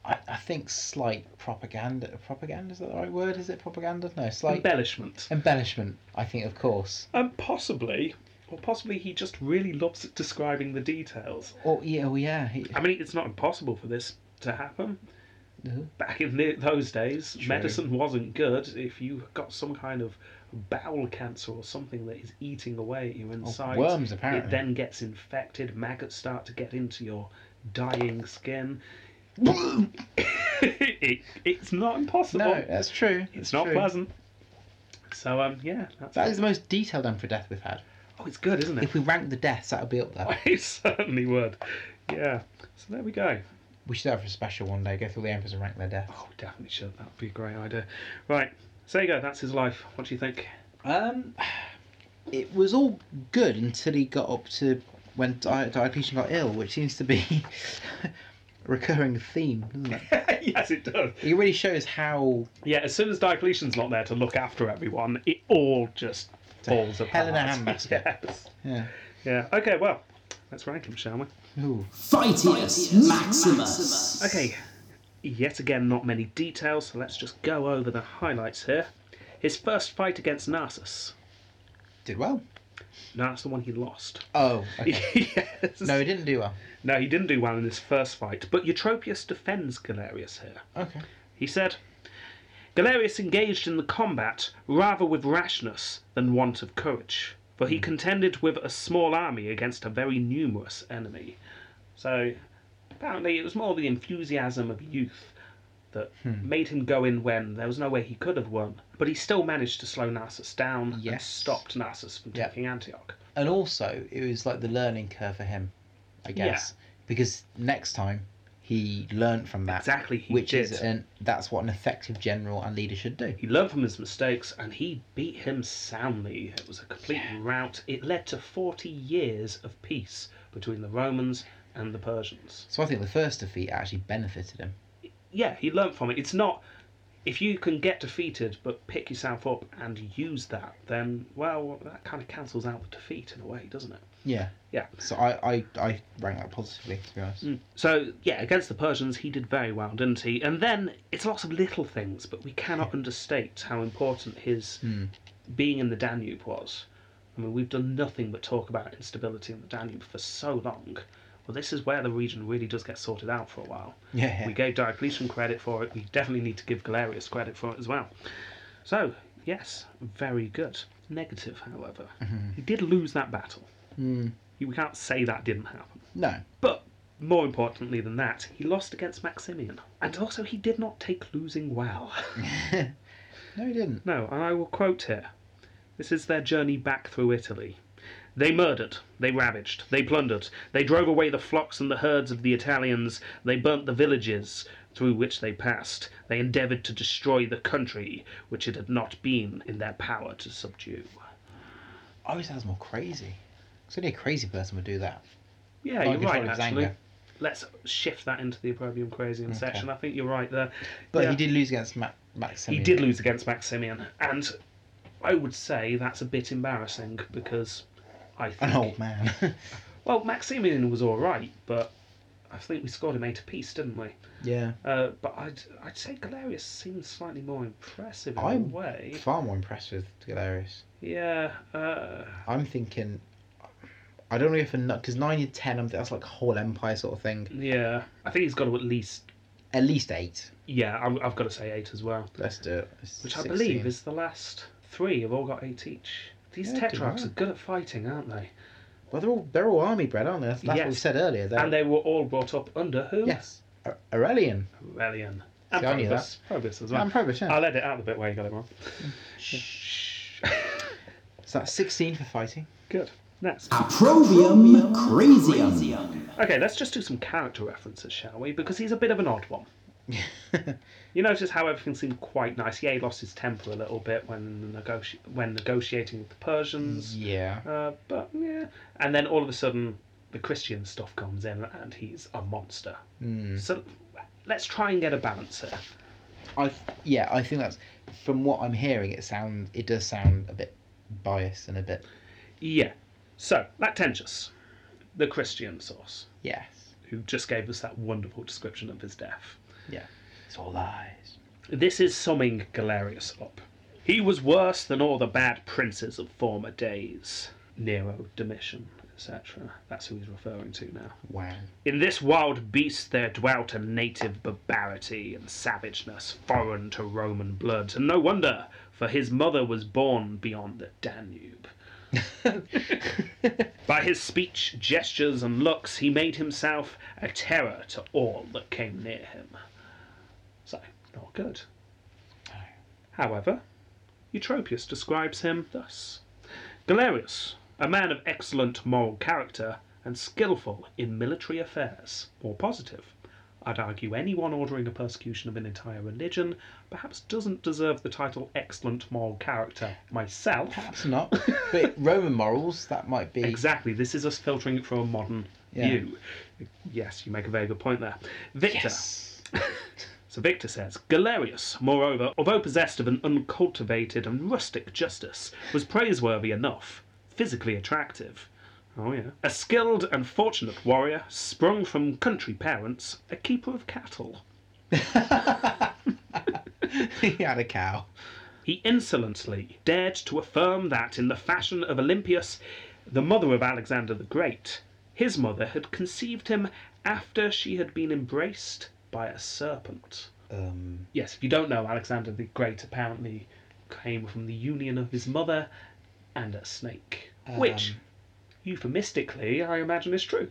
S2: I, I think slight propaganda. Propaganda is that the right word? Is it propaganda? No, slight
S3: Embellishment.
S2: embellishment. I think, of course,
S3: And possibly, or possibly he just really loves describing the details.
S2: or yeah, oh yeah. he-
S3: I mean, it's not impossible for this to happen.
S2: No.
S3: Back in the, those days,
S2: True.
S3: medicine wasn't good. If you got some kind of bowel cancer or something that is eating away at your insides,
S2: Oh, worms, apparently.
S3: it then gets infected. Maggots start to get into your
S2: [COUGHS]
S3: dying skin. it, it's not impossible.
S2: No, that's true.
S3: it's
S2: that's
S3: not
S2: true.
S3: pleasant. So um, yeah, that's
S2: That is the most detailed Emperor death we've had.
S3: oh, it's good, isn't
S2: If
S3: it?
S2: we rank the deaths, that would be
S3: [LAUGHS]
S2: up there.
S3: it certainly would. Yeah. So there we go.
S2: We should have a special one day. Go through the emperors and rank their deaths.
S3: Oh, definitely should. That would be a great idea. Right. So there you go. That's his life. What do you think?
S2: Um, it was all good until he got up to when Di- Diocletian got ill, which seems to be [LAUGHS] a recurring theme, doesn't it?
S3: [LAUGHS] yes, it does.
S2: It really shows how
S3: Yeah, as soon as Diocletian's not there to look after everyone, it all just falls apart.
S2: hell in a handbasket.
S3: [LAUGHS] Yes.
S2: yeah.
S3: Yeah. Okay. Well, let's rank him, shall we?
S2: Ooh.
S4: Fightius Maximus.
S3: Okay. Yet again, not many details. So let's just go over the highlights here. His first fight against Narcissus.
S2: Did well.
S3: No, that's the one he lost. [LAUGHS]
S2: Oh, okay.
S3: yes.
S2: no, he didn't do well.
S3: no, he didn't do well in this first fight. But Eutropius defends Galerius here.
S2: Okay.
S3: He said, Galerius engaged in the combat rather with rashness than want of courage, for
S2: Hmm.
S3: he contended with a small army against a very numerous enemy. So apparently it was more the enthusiasm of youth that
S2: Hmm.
S3: made him go in when there was no way he could have won, but he still managed to slow Narcissus down and
S2: Yes.
S3: stopped Narcissus from
S2: Yeah.
S3: taking Antioch.
S2: And also, it was like the learning curve for him, I guess, because next time he learnt from that.
S3: Exactly, he
S2: which
S3: did.
S2: is an, that's what an effective general and leader should do.
S3: He learned from his mistakes and he beat him soundly. It was a complete rout. It led to 40 years of peace between the Romans and the Persians.
S2: So I think the first defeat actually benefited him.
S3: Yeah, he learned from it. It's not. If you can get defeated but pick yourself up and use that, then, well, that kind of cancels out the defeat in a way, doesn't it?
S2: Yeah.
S3: Yeah.
S2: So I I, I rank that positively to be honest.
S3: Mm. So, yeah, against the Persians, he did very well, didn't he? And then it's lots of little things, but we cannot understate how important his
S2: Mm.
S3: being in the Danube was. I mean, we've done nothing but talk about instability in the Danube for so long. Well, this is where the region really does get sorted out for a while.
S2: Yeah.
S3: We gave Diocletian credit for it. We definitely need to give Galerius credit for it as well. So, yes, very good. Negative, however,
S2: Mm-hmm. Mm.
S3: he did lose that battle. You can't say that didn't happen.
S2: No.
S3: But More importantly than that, he lost against Maximian. And also, he did not take losing well. [LAUGHS]
S2: No, he didn't.
S3: No, and I will quote here. This is their journey back through Italy. They murdered, they ravaged, they plundered, they drove away the flocks and the herds of the Italians, they burnt the villages through which they passed, they endeavoured to destroy the country which it had not been in their power to subdue.
S2: Always sounds more crazy. It's only a crazy person would do that.
S3: Yeah,
S2: Can't
S3: you're right,
S2: control his
S3: actually.
S2: anger.
S3: Let's shift that into the opprobrium crazy in section. I think you're right there.
S2: But
S3: Yeah.
S2: he did lose against Ma- Maximian.
S3: He did lose against Maximian, and I would say that's a bit embarrassing because I think.
S2: An old man. [LAUGHS]
S3: Well, Maximian was all right, but I think we scored him eight apiece, didn't we?
S2: yeah.
S3: Uh, but I'd I'd say Galerius seems slightly more impressive in
S2: I'm
S3: a way.
S2: Far more impressed with Galerius.
S3: Yeah. Uh,
S2: I'm thinking. I don't know if a because nine and ten, I'm, that's like whole empire sort of thing.
S3: yeah. I think he's got to at least.
S2: At least eight.
S3: Yeah, I'm, I've got to say eight as well,
S2: Let's do it. It's
S3: which
S2: 16.
S3: I believe is the last three. Have all got eight each. These
S2: Yeah, good
S3: tetrarchs are
S2: work.
S3: good at fighting, aren't they?
S2: Well, they're all they're all army bred, aren't they? That's, that's what we
S3: Yes.
S2: said earlier. They're,
S3: And they were all brought up under who?
S2: yes, A- Aurelian
S3: Aurelian. And
S2: See, I knew
S3: Probus. Probus as well.
S2: and Probus. Yeah.
S3: I'll edit out the bit where you got it wrong. Shh.
S2: so that's sixteen for fighting.
S3: good. Next.
S4: Approbium crazium.
S3: Okay, let's just do some character references, shall we? Because he's a bit of an odd one. you notice how everything seemed quite nice. He lost his temper a little bit when negoti- when negotiating with the Persians.
S2: Yeah.
S3: Uh, but yeah, and then all of a sudden the Christian stuff comes in, and he's a monster. So let's try and get a balance here.
S2: I yeah, I think that's from what I'm hearing. It sound it does sound a bit biased and a bit
S3: Yeah. So Lactantius, the Christian source,
S2: yes,
S3: who just gave us that wonderful description of his death.
S2: yeah. It's all lies.
S3: This is summing Galerius up. He was worse than all the bad princes of former days. Nero, Domitian, etc. That's who he's referring to now.
S2: Wow.
S3: In this wild beast there dwelt a native barbarity and savageness foreign to Roman blood, and no wonder, for his mother was born beyond the Danube. By his speech, gestures, and looks, he made himself a terror to all that came near him. So, not good. However, Eutropius describes him thus Galerius, a man of excellent moral character and skilful in military affairs, or positive. I'd argue anyone ordering a persecution of an entire religion perhaps doesn't deserve the title excellent moral character myself.
S2: Perhaps not. but Roman morals that might be
S3: Exactly. This is us filtering it from a modern
S2: Yeah.
S3: view. Yes, you make a very good point there. Victor.
S2: Yes.
S3: So Victor says Galerius, moreover, although possessed of an uncultivated and rustic justice, was praiseworthy enough, physically attractive. Oh, yeah. A skilled and fortunate warrior, sprung from country parents, a keeper of cattle.
S2: [LAUGHS] he had a cow.
S3: he insolently dared to affirm that, in the fashion of Olympias, the mother of Alexander the Great, his mother had conceived him after she had been embraced by a serpent.
S2: Um. [LAUGHS]
S3: Yes, if you don't know, Alexander the Great apparently came from the union of his mother and a snake, which,
S2: Um.
S3: euphemistically, I imagine is true.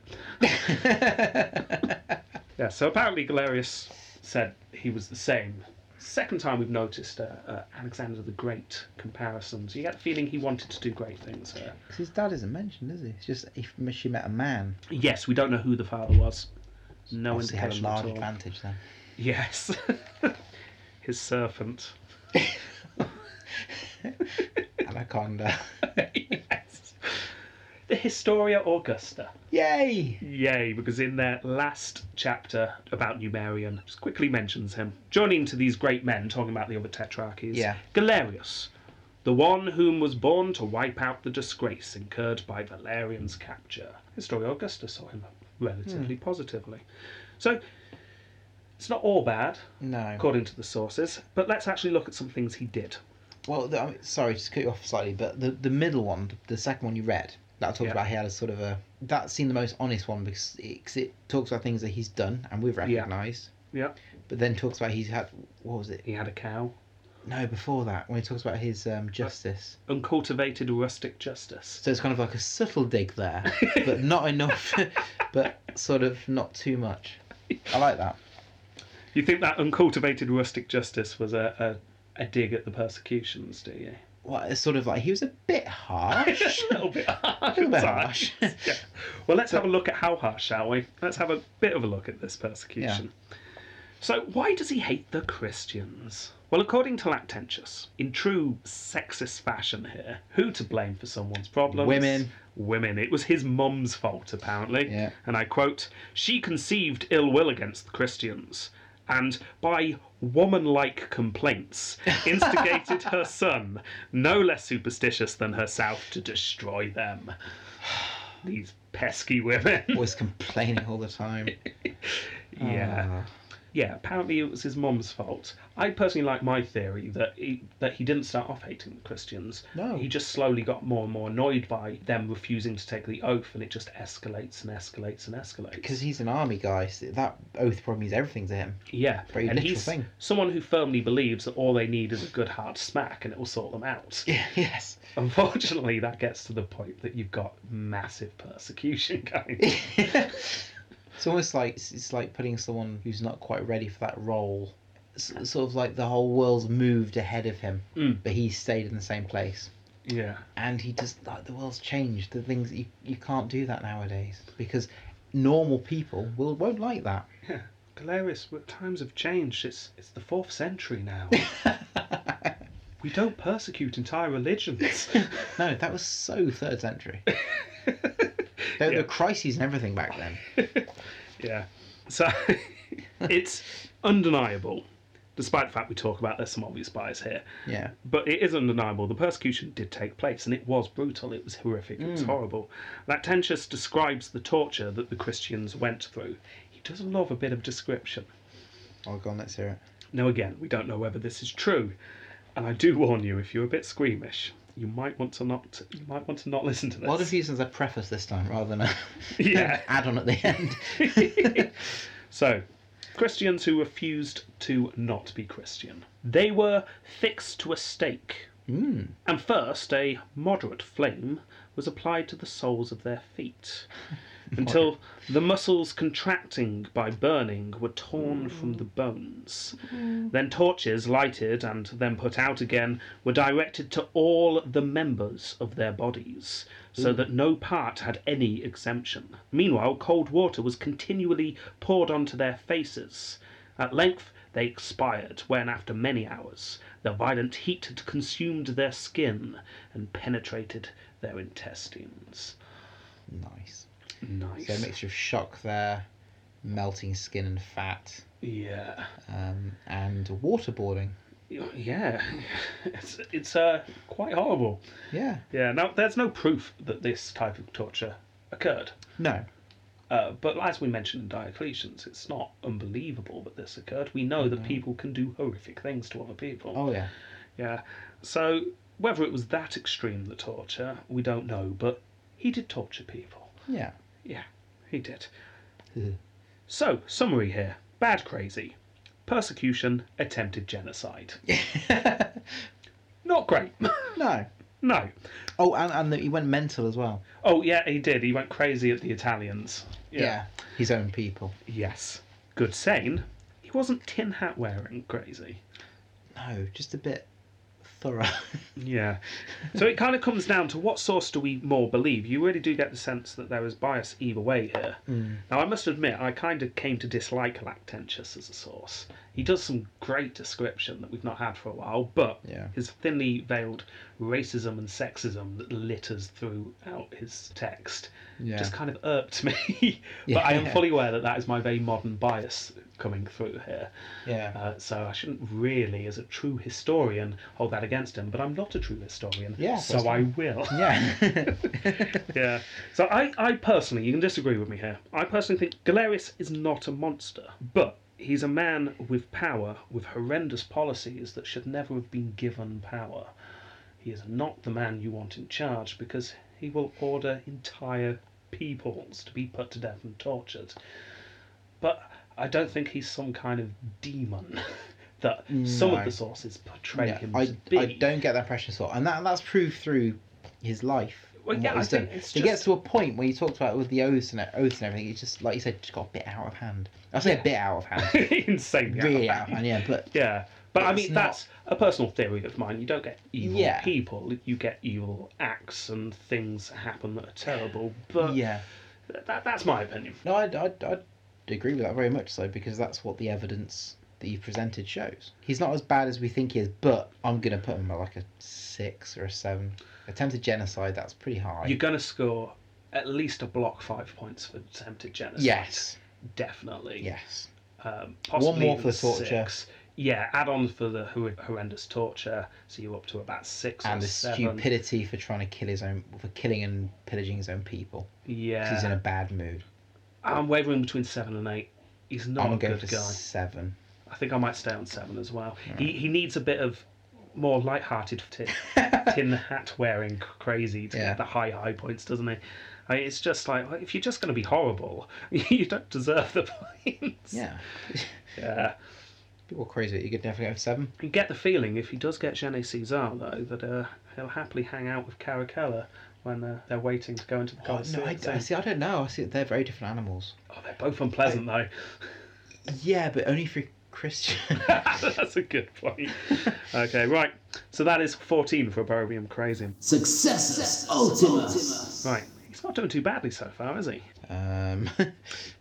S3: Yeah, so apparently Galerius said he was the same. Second time we've noticed uh, uh, Alexander the Great comparisons. You get the feeling he wanted to do great things uh, here.
S2: 'Cause His dad isn't mentioned, is he? It's just if she met a man,
S3: Yes, we don't know who the father was. No
S2: obviously had a
S3: indication
S2: large
S3: at all.
S2: advantage then.
S3: Yes. [LAUGHS]
S2: [LAUGHS]
S3: His serpent. [LAUGHS]
S2: Anaconda. [LAUGHS]
S3: yes. The Historia Augusta.
S2: Yay!
S3: Yay, because in their last chapter about Numerian, just quickly mentions him. Joining to these great men, talking about the other tetrarchies,
S2: Yeah.
S3: Galerius, the one whom was born to wipe out the disgrace incurred by Valerian's capture. Historia Augusta saw him relatively positively. So, it's not all bad,
S2: No.
S3: according to the sources, but let's actually look at some things he did.
S2: Well, the, I'm sorry to cut you off slightly, but the, the middle one, the- the second one you read, that I talked
S3: Yeah.
S2: about, he had a sort of a. That seemed the most honest one because it, 'cause it talks about things that he's done and we've recognised,
S3: Yeah.
S2: but then talks about he's had. What was it?
S3: He had a cow.
S2: No, before that, when he talks about his
S3: Uh.
S2: um, justice.
S3: Uncultivated rustic justice.
S2: So it's kind of like a subtle dig
S3: [LAUGHS]
S2: there, but not enough, [LAUGHS] but sort of not too much. I like that.
S3: You think that uncultivated rustic justice was a, a, a dig at the persecutions, do you?
S2: Well, it's sort of like he was a bit
S3: [LAUGHS]
S2: harsh.
S3: a little bit harsh.
S2: little bit
S3: at
S2: harsh. [LAUGHS]
S3: times. yeah. Well, let's have a look at how harsh, shall we? Let's have a bit of a look at this persecution. So, why does he hate the Christians? Well, according to Lactantius, in true sexist fashion here, who to blame for someone's problems?
S2: Women.
S3: Women. It was his mum's fault, apparently.
S2: Yeah.
S3: And I quote She conceived ill will against the Christians, and by woman like
S2: [LAUGHS]
S3: complaints, instigated her son, no less superstitious than herself, to destroy them. These
S2: [LAUGHS]
S3: pesky women. [LAUGHS]
S2: Always complaining all the time. Ah.
S3: yeah. Yeah, apparently it was his mom's fault. I personally like my theory that he, that he didn't start off hating the Christians.
S2: No.
S3: He just slowly got more and more annoyed by them refusing to take the oath, and it just escalates and escalates and escalates.
S2: Because he's an army guy, so that oath probably means everything to him.
S3: Yeah,
S2: Very
S3: and
S2: literal
S3: he's
S2: thing.
S3: someone who firmly believes that all they need is a good hard smack and it will sort them out.
S2: Yeah, [LAUGHS] yes.
S3: Unfortunately, that gets to the point that you've got massive persecution [LAUGHS] going. on.
S2: [LAUGHS] It's almost like it's, it's like putting someone who's not quite ready for that role. It's sort of like the whole world's moved ahead of him,
S3: Mm.
S2: but he stayed in the same place.
S3: yeah,
S2: And he just like the world's changed. The things you you can't do that nowadays because normal people will won't like that.
S3: yeah. Galerius, well, times have changed. It's it's the fourth century now. we don't persecute entire religions.
S2: No, that was so third [LAUGHS] century. there, there
S3: Yeah.
S2: were crises and everything back then.
S3: Yeah. So [LAUGHS] it's undeniable, despite the fact we talk about there's some obvious bias here.
S2: Yeah.
S3: But it is undeniable. The persecution did take place, and it was brutal. It was horrific. It was horrible. Lactantius describes the torture that the Christians went through. He does love a bit of description.
S2: Oh, go on, let's hear it.
S3: Now, again, we don't know whether this is true, and I do warn you if you're a bit squeamish, you might want to not. You might want to not listen to this.
S2: Well, just use as a preface this time rather than [LAUGHS] a
S3: Yeah.
S2: add on at the end. [LAUGHS]
S3: [LAUGHS] So, Christians who refused to not be Christian. They were fixed to a stake. And first, a moderate flame was applied to the soles of their feet until the muscles contracting by burning were torn from the bones. Then torches lighted and then put out again were directed to all the members of their bodies, so that no part had any exemption. Meanwhile, cold water was continually poured onto their faces. At length, they expired when, after many hours, the violent heat had consumed their skin and penetrated their intestines.
S2: nice.
S3: Nice.
S2: So a mixture of shock there, melting skin and fat,
S3: Yeah.
S2: um, and waterboarding.
S3: Yeah. [LAUGHS] It's, it's uh, quite horrible.
S2: Yeah.
S3: Yeah, now there's no proof that this type of torture occurred.
S2: No.
S3: Uh, but as we mentioned in Diocletian's, it's not unbelievable that this occurred. We know that people can do horrific things to other people.
S2: Oh yeah.
S3: Yeah. So whether it was that extreme, the torture, we don't know, but he did torture people.
S2: Yeah. [LAUGHS]
S3: Yeah, he did. so, summary here bad crazy, persecution, attempted genocide. Not great. [LAUGHS]
S2: No.
S3: no.
S2: Oh, and and the, he went mental as well.
S3: Oh, yeah, he did. He went crazy at the Italians.
S2: His own people.
S3: Yes. Good saying. He wasn't tin hat wearing crazy.
S2: No, just a bit thorough.
S3: Yeah. So it kind of comes down to what source do we more believe? You really do get the sense that there is bias either way here.
S2: Hmm.
S3: Now, I must admit, I kind of came to dislike Lactantius as a source. He does some great description that we've not had for a while, but
S2: Yeah.
S3: his thinly veiled racism and sexism that litters throughout his text
S2: Yeah.
S3: just kind of irked me. [LAUGHS] but I am
S2: Yeah.
S3: fully aware that that is my very modern bias coming through here.
S2: yeah.
S3: Uh, so I shouldn't really, as a true historian, hold that against him. But I'm not a true historian,
S2: Yeah, that's
S3: so I will.
S2: [LAUGHS] yeah. [LAUGHS]
S3: yeah. So I, I personally, you can disagree with me here. I personally think Galerius is not a monster, but he's a man with power, with horrendous policies that should never have been given power. He is not the man you want in charge because he will order entire peoples to be put to death and tortured. But I don't think he's some kind of demon [LAUGHS] that some
S2: No.
S3: of the sources portray
S2: Yeah,
S3: him to
S2: I,
S3: be.
S2: I
S3: [LAUGHS]
S2: don't get that impression at all, and that that's proved through his life.
S3: Well,
S2: and
S3: yeah,
S2: what he's
S3: I think
S2: done.
S3: it's
S2: It gets
S3: just-
S2: to a point where you talked about with the oaths and oaths and everything. It's just like you said, just got a bit out of hand. I say a bit out of
S3: [LAUGHS]
S2: hand,
S3: Insanely out of
S2: really out
S3: hand.
S2: of hand. Yeah, but
S3: Yeah. But I
S2: It's
S3: mean,
S2: not-
S3: that's a personal theory of mine. You don't get evil
S2: Yeah.
S3: people. You get evil acts and things happen that are terrible. [LAUGHS] But
S2: yeah,
S3: th- that, that's my opinion.
S2: no, I I I agree with that very much so because that's what the evidence that you presented shows. He's not as bad as we think he is, but I'm gonna put him at like a six or a seven. Attempted genocide, that's pretty high.
S3: You're going to score at least a block five points for attempted genocide.
S2: yes,
S3: Definitely.
S2: yes.
S3: Um, possibly
S2: more for
S3: even
S2: the torture.
S3: Six. Yeah, add on for the hor- horrendous torture. So you're up to about six
S2: and
S3: or
S2: the
S3: seven.
S2: stupidity for trying to kill his own for killing and pillaging his own people 'cause he's in
S3: Yeah.
S2: a bad mood
S3: I'm wavering between seven and eight. He's not
S2: i'm
S3: a
S2: going
S3: good
S2: for
S3: guy.
S2: seven
S3: I think I might stay on seven as well. He, he needs a bit of more light-hearted
S2: [LAUGHS]
S3: tin, tin hat wearing crazy to
S2: Yeah.
S3: get the high high points, doesn't he? I mean, it's just like well, if you're just going to be horrible, [LAUGHS] you don't deserve the points.
S2: yeah
S3: Yeah.
S2: people are crazy you could definitely go for seven
S3: You get the feeling if he does get Gene Cesar though that uh, he'll happily hang out with Caracalla when uh, they're waiting to go into the
S2: oh, no,
S3: Coliseum.
S2: I, I see i don't know i see they're very different animals
S3: Oh, they're both unpleasant though. [LAUGHS]
S2: yeah but only for christian
S3: That's a good point. okay, right. So that is 14 for Borobium Crazy.
S4: Successus Ultimus.
S3: Right, he's not doing too badly so far, is he?
S2: [LAUGHS] um [LAUGHS]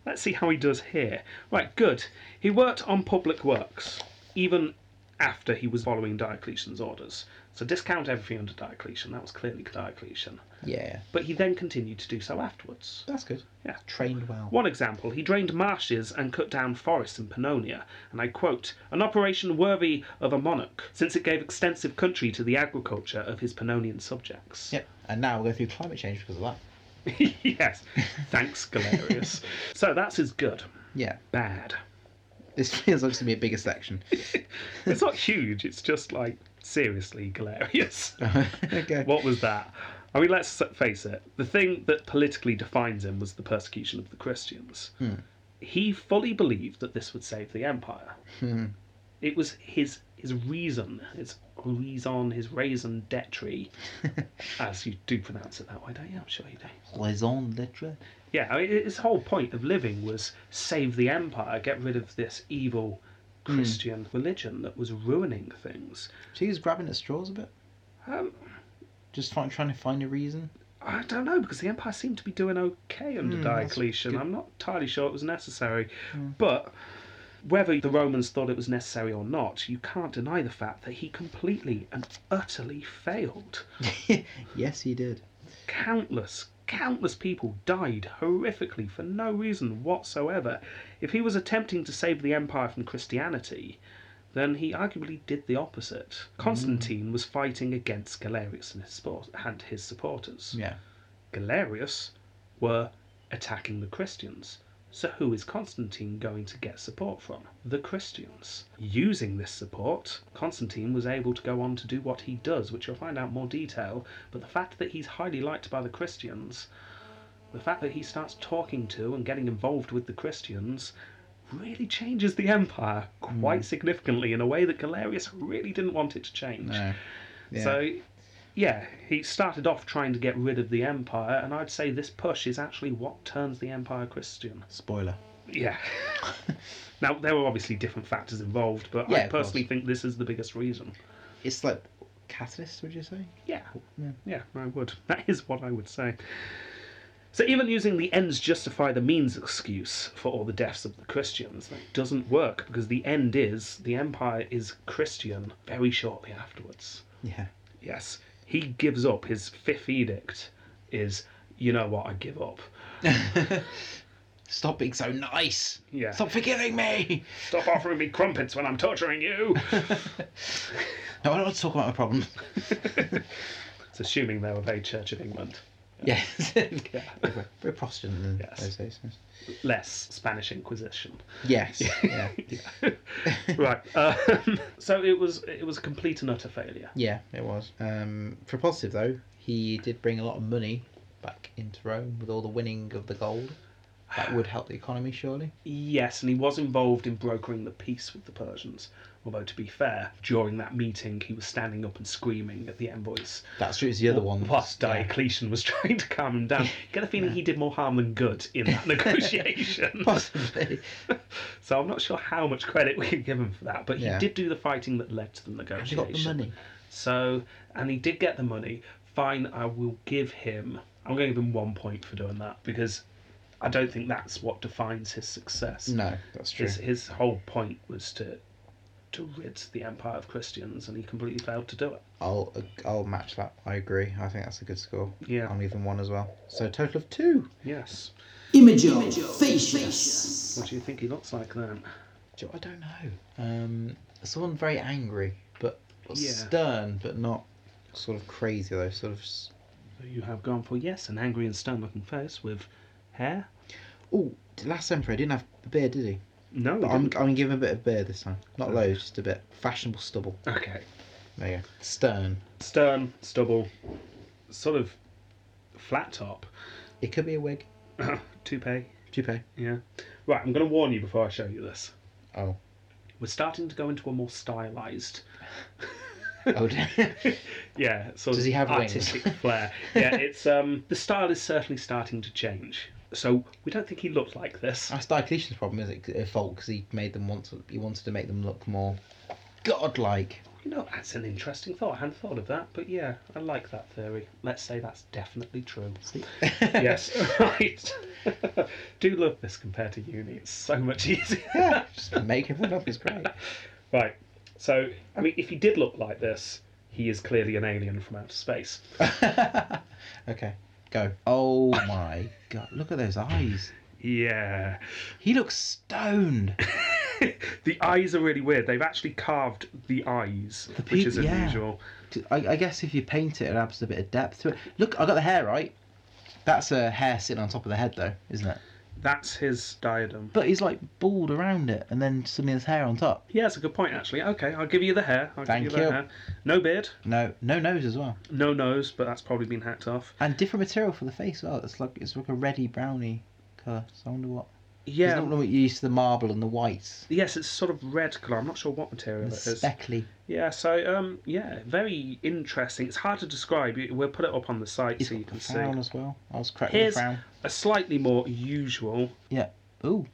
S3: Let's see how he does here. Right, good. He worked on public works, even after he was following Diocletian's orders. So discount everything under Diocletian, that was clearly Diocletian.
S2: yeah
S3: But he then continued to do so afterwards.
S2: that's good
S3: Yeah.
S2: trained well
S3: One example, he drained marshes and cut down forests in Pannonia, and I quote, an operation worthy of a monarch, since it gave extensive country to the agriculture of his Pannonian subjects.
S2: yep and now we're going through climate change because of that
S3: [LAUGHS] yes, thanks, Galerius. so that's his good.
S2: yeah [LAUGHS]
S3: Bad.
S2: this feels like it's gonna be a bigger
S3: [LAUGHS]
S2: section [LAUGHS]
S3: It's not huge, it's just like, seriously, Galerius.
S2: okay
S3: what was that? I mean, let's face it. The thing that politically defines him was the persecution of the Christians. He fully believed that this would save the empire. It was his his reason, his reason, his raison d'etre, as you do pronounce it that way, don't you? I'm sure you do.
S2: raison d'etre
S3: Yeah, I mean, his whole point of living was save the empire, get rid of this evil Christian religion that was ruining things.
S2: so he was grabbing at straws a bit
S3: Um,
S2: just trying trying to find a reason [LAUGHS]
S3: I don't know because the Empire seemed to be doing okay under Diocletian. I'm not entirely sure it was necessary, but whether the Romans thought it was necessary or not, you can't deny the fact that he completely and utterly failed.
S2: yes he did
S3: Countless, countless people died horrifically for no reason whatsoever. If he was attempting to save the Empire from Christianity, then he arguably did the opposite. Constantine was fighting against Galerius and his, support- and his supporters.
S2: yeah
S3: Galerius were attacking the Christians. So, who is Constantine going to get support from? The Christians. Using this support, Constantine was able to go on to do what he does, which you'll find out more detail. But the fact that he's highly liked by the Christians, the fact that he starts talking to and getting involved with the Christians, really changes the empire quite significantly in a way that Galerius really didn't want it to change.
S2: no yeah.
S3: So, yeah, he started off trying to get rid of the empire, and I'd say this push is actually what turns the empire Christian.
S2: Spoiler.
S3: Yeah. [LAUGHS] now there were obviously different factors involved, but
S2: Yeah,
S3: I
S2: of course.
S3: personally think this is the biggest reason.
S2: It's like catalyst, would you say?
S3: Yeah.
S2: Yeah.
S3: Yeah, I would. [LAUGHS] That is what I would say. So even using the ends justify the means excuse for all the deaths of the Christians, that doesn't work because the end is the empire is Christian very shortly afterwards.
S2: Yeah.
S3: Yes. He gives up. His fifth edict is, you know what, I give up.
S2: Stop being so nice.
S3: Yeah.
S2: Stop forgiving me.
S3: Stop offering me crumpets when I'm torturing you.
S2: No, I don't want to talk about my [LAUGHS] problems.
S3: it's assuming they were very Church of England.
S2: [LAUGHS] Yes.
S3: Yeah.
S2: Very Protestant in
S3: Yes.
S2: those days.
S3: Less Spanish Inquisition.
S2: Yes. Yeah.
S3: [LAUGHS] right. Um, [LAUGHS] so it was it was a complete and utter failure.
S2: yeah, it was. Um, for positive though, he did bring a lot of money back into Rome with all the winning of the gold. That would help the economy, surely.
S3: Yes, and he was involved in brokering the peace with the Persians. Although, to be fair, during that meeting, he was standing up and screaming at the envoys.
S2: That's true. It's the other one.
S3: Whilst Diocletian was [LAUGHS] trying to calm him down. Get the feeling he did more harm than good
S2: [LAUGHS]
S3: in that negotiation.
S2: Possibly.
S3: so I'm not sure how much credit we can give him for that, but he
S2: Yeah.
S3: did do the fighting that led to the
S2: He
S3: negotiation.
S2: got the money.
S3: So, and he did get the money. Fine, I will give him. I'm going to give him one point for doing that because I don't think that's what defines his success.
S2: No, that's true.
S3: His, his whole point was to to rid the empire of Christians, and he completely failed to do it.
S2: I'll I'll match that. I agree. I think that's a good score.
S3: Yeah.
S2: I'm even one as well. So total of two.
S3: Yes.
S4: Imago, facius.
S3: What do you think he looks like then?
S2: Do you- I don't know. Um, someone very angry, but but
S3: Yeah.
S2: stern, but not sort of crazy though. Sort of. s-
S3: You have gone for yes, an angry and stern-looking face with hair.
S2: Oh, last emperor didn't have a beard, did he?
S3: No, he
S2: But I'm I'm
S3: didn't.
S2: gonna give him a bit of beard this time. Not loads, just a bit. Fashionable stubble.
S3: okay.
S2: There you go. Stern.
S3: Stern, stubble, sort of flat top, [COUGHS]
S2: It could be a wig.
S3: toupee.
S2: Toupee.
S3: Yeah. Right, I'm going to warn you before I show you this.
S2: Oh.
S3: We're starting to go into a more stylized.
S2: Oh. dear.
S3: [LAUGHS] Yeah, sort
S2: Does
S3: of
S2: he have wings?
S3: artistic flair. Yeah, it's um the style is certainly starting to change. So we don't think he looked like this.
S2: That's Diocletian's problem, is it? A fault because he made them want to. He wanted to make them look more godlike.
S3: You know, that's an interesting thought. I hadn't thought of that, but yeah, I like that theory. Let's say that's
S2: [LAUGHS]
S3: definitely true. yes, right. [LAUGHS] Do love this compared to uni. It's so much easier.
S2: Just make everyone up is great.
S3: [LAUGHS] Right. So, I mean, if he did look like this, he is clearly an alien from outer space.
S2: [LAUGHS] Okay, go. Oh my god, look at those eyes.
S3: Yeah.
S2: He looks stoned.
S3: The eyes are really weird. They've actually carved the eyes, which
S2: peop-
S3: is
S2: yeah.
S3: unusual.
S2: I, I guess if you paint it, it adds a bit of depth to it. Look, I got the hair right. That's a hair sitting on top of the head, though, isn't it?
S3: That's his diadem.
S2: But he's like bald around it, and then suddenly there's hair on top.
S3: Yeah, it's a good point, actually. Okay, I'll give you the hair. I'll
S2: Thank
S3: give you,
S2: you.
S3: the hair. No beard,
S2: No, no nose as well,
S3: no nose, but that's probably been hacked off.
S2: and different material for the face. as Well, it's like it's like a reddy browny colour. So I wonder what. Yeah.
S3: Yeah.
S2: Not normally used to the marble and the whites.
S3: Yes, it's sort of red colour. I'm not sure what material
S2: The
S3: it is.
S2: speckly.
S3: Yeah, so um, yeah, very interesting. It's hard to describe. You- We'll put it up on the site
S2: He's
S3: so you
S2: got the
S3: can see.
S2: frown as well. I was correct with
S3: Here's
S2: the frown.
S3: a slightly more usual
S2: Yeah. Oow.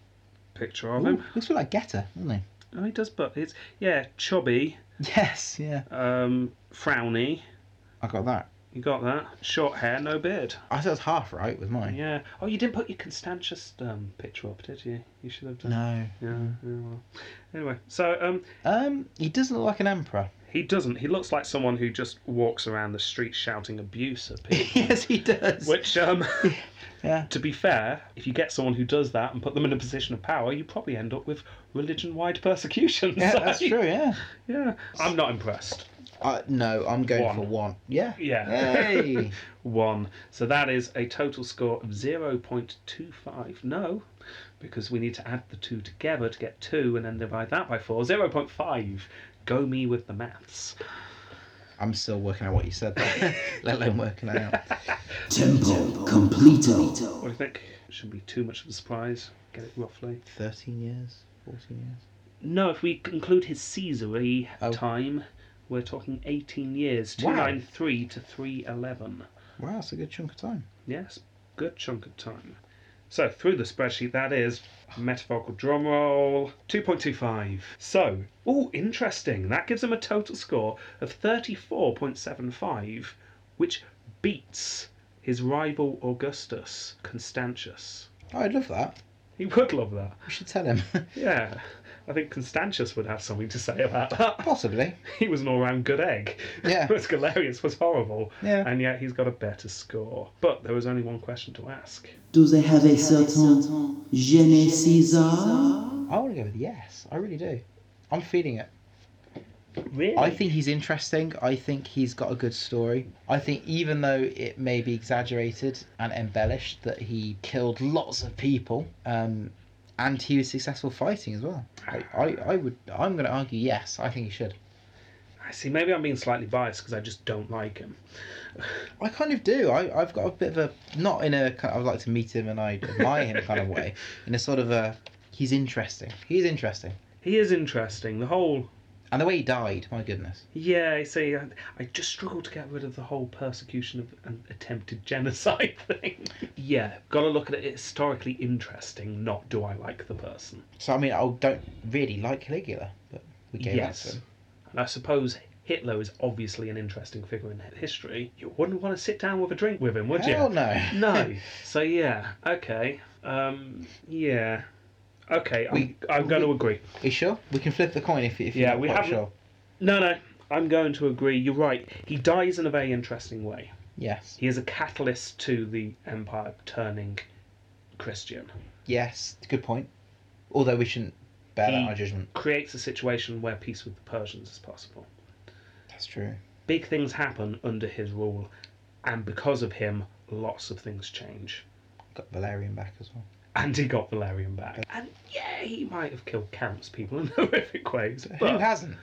S3: picture of
S2: Ooh,
S3: him.
S2: looks a bit like Getter, doesn't he?
S3: Oh, he does, but it's yeah, chubby,
S2: Yes, yeah.
S3: um, frowny.
S2: I got that.
S3: You got that? Short hair, no beard.
S2: I thought it was half right with mine.
S3: Yeah. Oh, you didn't put your Constantius um, picture up, did you? You should have done.
S2: No.
S3: Yeah. yeah well. Anyway, so um,
S2: Um, he doesn't look like an emperor.
S3: he doesn't. He looks like someone who just walks around the street shouting abuse
S2: [LAUGHS]
S3: at people.
S2: [LAUGHS] yes, he does.
S3: Which, um, [LAUGHS]
S2: Yeah.
S3: to be fair, if you get someone who does that and put them in a position of power, you probably end up with religion-wide [LAUGHS] persecution.
S2: yeah,
S3: So,
S2: that's true. Yeah.
S3: Yeah, I'm not impressed.
S2: Uh, no, I'm going
S3: One.
S2: for one. Yeah.
S3: Yeah.
S2: [LAUGHS] Hey.
S3: one. So that is a total score of 0.25. No, because we need to add the two together to get two and then divide that by four. 0.5. Go me with the maths.
S2: I'm still working out what you said. [LAUGHS] there, Let alone working it out.
S4: Tempo completo.
S3: What do you think? Shouldn't be too much of a surprise. Get it roughly.
S2: Thirteen years. Fourteen years.
S3: No, if we include his Caesary
S2: Oh.
S3: time, we're talking 18 years.
S2: Wow.
S3: 293 to 311.
S2: Wow, that's a good chunk of time.
S3: Yes, good chunk of time. So through the spreadsheet, that is metaphorical drum roll, 2.25. So, oh, interesting. That gives him a total score of 34.75, which beats his rival Augustus Constantius.
S2: Oh, I'd love that.
S3: He would love that.
S2: We should tell him. [LAUGHS]
S3: Yeah, I think Constantius would have something to say about that. [LAUGHS]
S2: Possibly.
S3: He was an all-round good egg. [LAUGHS]
S2: Yeah.
S3: Whereas Galerius was horrible.
S2: Yeah.
S3: And yet he's got a better score. But there was only one question to ask.
S4: Do they have a certain Gene Caesar?
S2: I want to go with yes. I really do. I'm feeling it.
S3: Really?
S2: I think he's interesting. I think he's got a good story. I think even though it may be exaggerated and embellished that he killed lots of people, um, and he was successful fighting as well. I, I, I would I'm going to argue yes. I think he should.
S3: I see. Maybe I'm being slightly biased because I just don't like him.
S2: I kind of do. I, I've got a bit of a not in a kind of, I'd like to meet him and I admire him kind of way. In a sort of a he's interesting. He's interesting.
S3: He is interesting. The whole
S2: And the way he died, my goodness.
S3: yeah. I see. I, I just struggle to get rid of the whole persecution of an attempted genocide [LAUGHS] thing. yeah, got to look at it historically interesting. Not do I like the person.
S2: So I mean, I don't really like Caligula, but we gave that to
S3: yes,
S2: him.
S3: and I suppose. Hitler is obviously an interesting figure in history. You wouldn't want to sit down with a drink with him, would you?
S2: Hell no.
S3: [LAUGHS] No. So yeah. Okay. Um. Yeah. Okay. I'm,
S2: We-
S3: I'm going to
S2: we-
S3: agree.
S2: you sure? We can flip the coin if, if
S3: Yeah,
S2: you're not
S3: we
S2: quite
S3: haven't-
S2: sure.
S3: No, no. I'm going to agree. You're right. He dies in a very interesting way.
S2: Yes.
S3: He is a catalyst to the empire turning Christian.
S2: Yes. Good point. Although we shouldn't bear that
S3: He-
S2: on our judgment.
S3: Creates a situation where peace with the Persians is possible.
S2: That's true.
S3: Big things happen under his rule, and because of him, lots of things change.
S2: Got Valerian back as well.
S3: And he got Valerian back. And yeah, he might have killed countless people in [LAUGHS] horrific ways. But
S2: Who hasn't?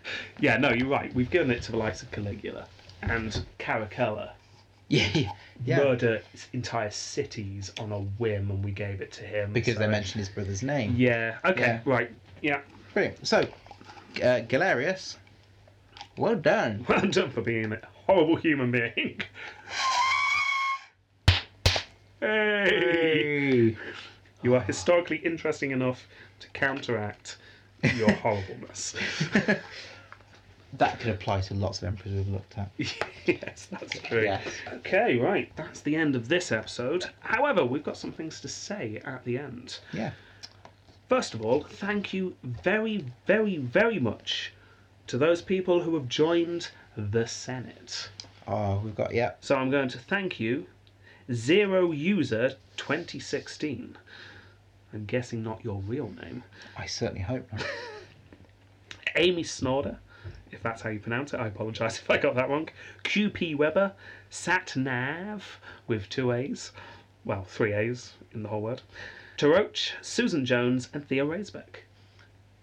S3: [LAUGHS] yeah, no, you're right. We've given it to the likes of Caligula and Caracalla.
S2: [LAUGHS] yeah. Yeah. yeah.
S3: Murder entire cities on a whim, and we gave it to him.
S2: Because they
S3: so-
S2: mentioned his brother's name.
S3: Yeah. Okay.
S2: Yeah.
S3: Right. Yeah. [LAUGHS]
S2: Brilliant. So, uh, Galerius, well done.
S3: Well done for being a horrible human being. [LAUGHS] hey. You are historically interesting enough to counteract
S2: [LAUGHS]
S3: your horribleness. [LAUGHS]
S2: That could apply to lots of emperors we've looked at.
S3: yes, that's true.
S2: Yes.
S3: Okay, right. That's the end of this episode. However, we've got some things to say at the end.
S2: Yeah.
S3: First of all, thank you very, very, very much to those people who have joined the Senate.
S2: Oh, we've got, yeah.
S3: So I'm going to thank you, Zero User 2016. I'm guessing not your real name.
S2: I certainly hope
S3: [LAUGHS]
S2: not.
S3: Amy Snorder, if that's how you pronounce it, I apologise [LAUGHS] if I got that wrong. QP Weber, Satnav with two A's, well, three A's in the whole word. Taroch, Susan Jones, and Theo Raisbeck.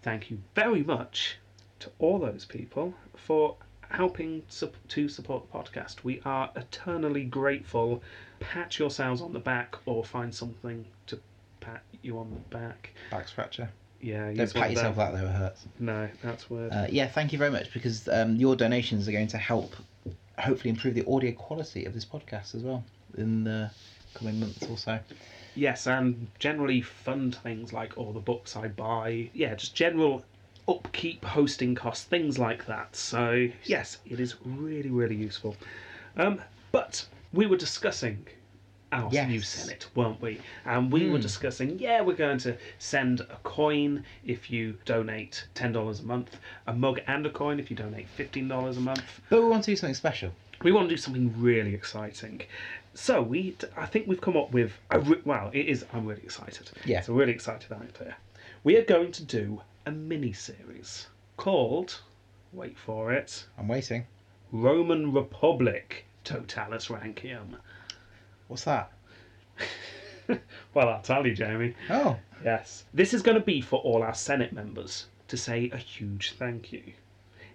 S3: Thank you very much to all those people for helping sup- to support the podcast. We are eternally grateful. Pat yourselves on the back or find something to pat you on the back.
S2: Back scratcher.
S3: Yeah,
S2: Don't
S3: use one
S2: pat
S3: of
S2: yourself
S3: them.
S2: out though, it hurts.
S3: No, that's weird.
S2: Uh, yeah, thank you very much because um, your donations are going to help hopefully improve the audio quality of this podcast as well in the coming months or so.
S3: Yes, and generally fund things like all the books I buy. Yeah, just general upkeep, hosting costs, things like that. So, yes, it is really, really useful. Um, but we were discussing our
S2: Yes.
S3: new Senate, weren't we? And we were discussing, yeah, we're going to send a coin if you donate $10 a month, a mug and a coin if you donate $15 a month
S2: But we want to do something special.
S3: we want to do something really exciting. So we, I think we've come up with a re- wow. It is. I'm really excited.
S2: Yeah.
S3: It's a really excited idea. We are going to do a mini series called, wait for it,
S2: I'm waiting.
S3: Roman Republic Totalis Rankium.
S2: What's that?
S3: Well, I'll tell you, Jamie.
S2: Oh,
S3: Yes. This is going to be for all our Senate members to say a huge thank you.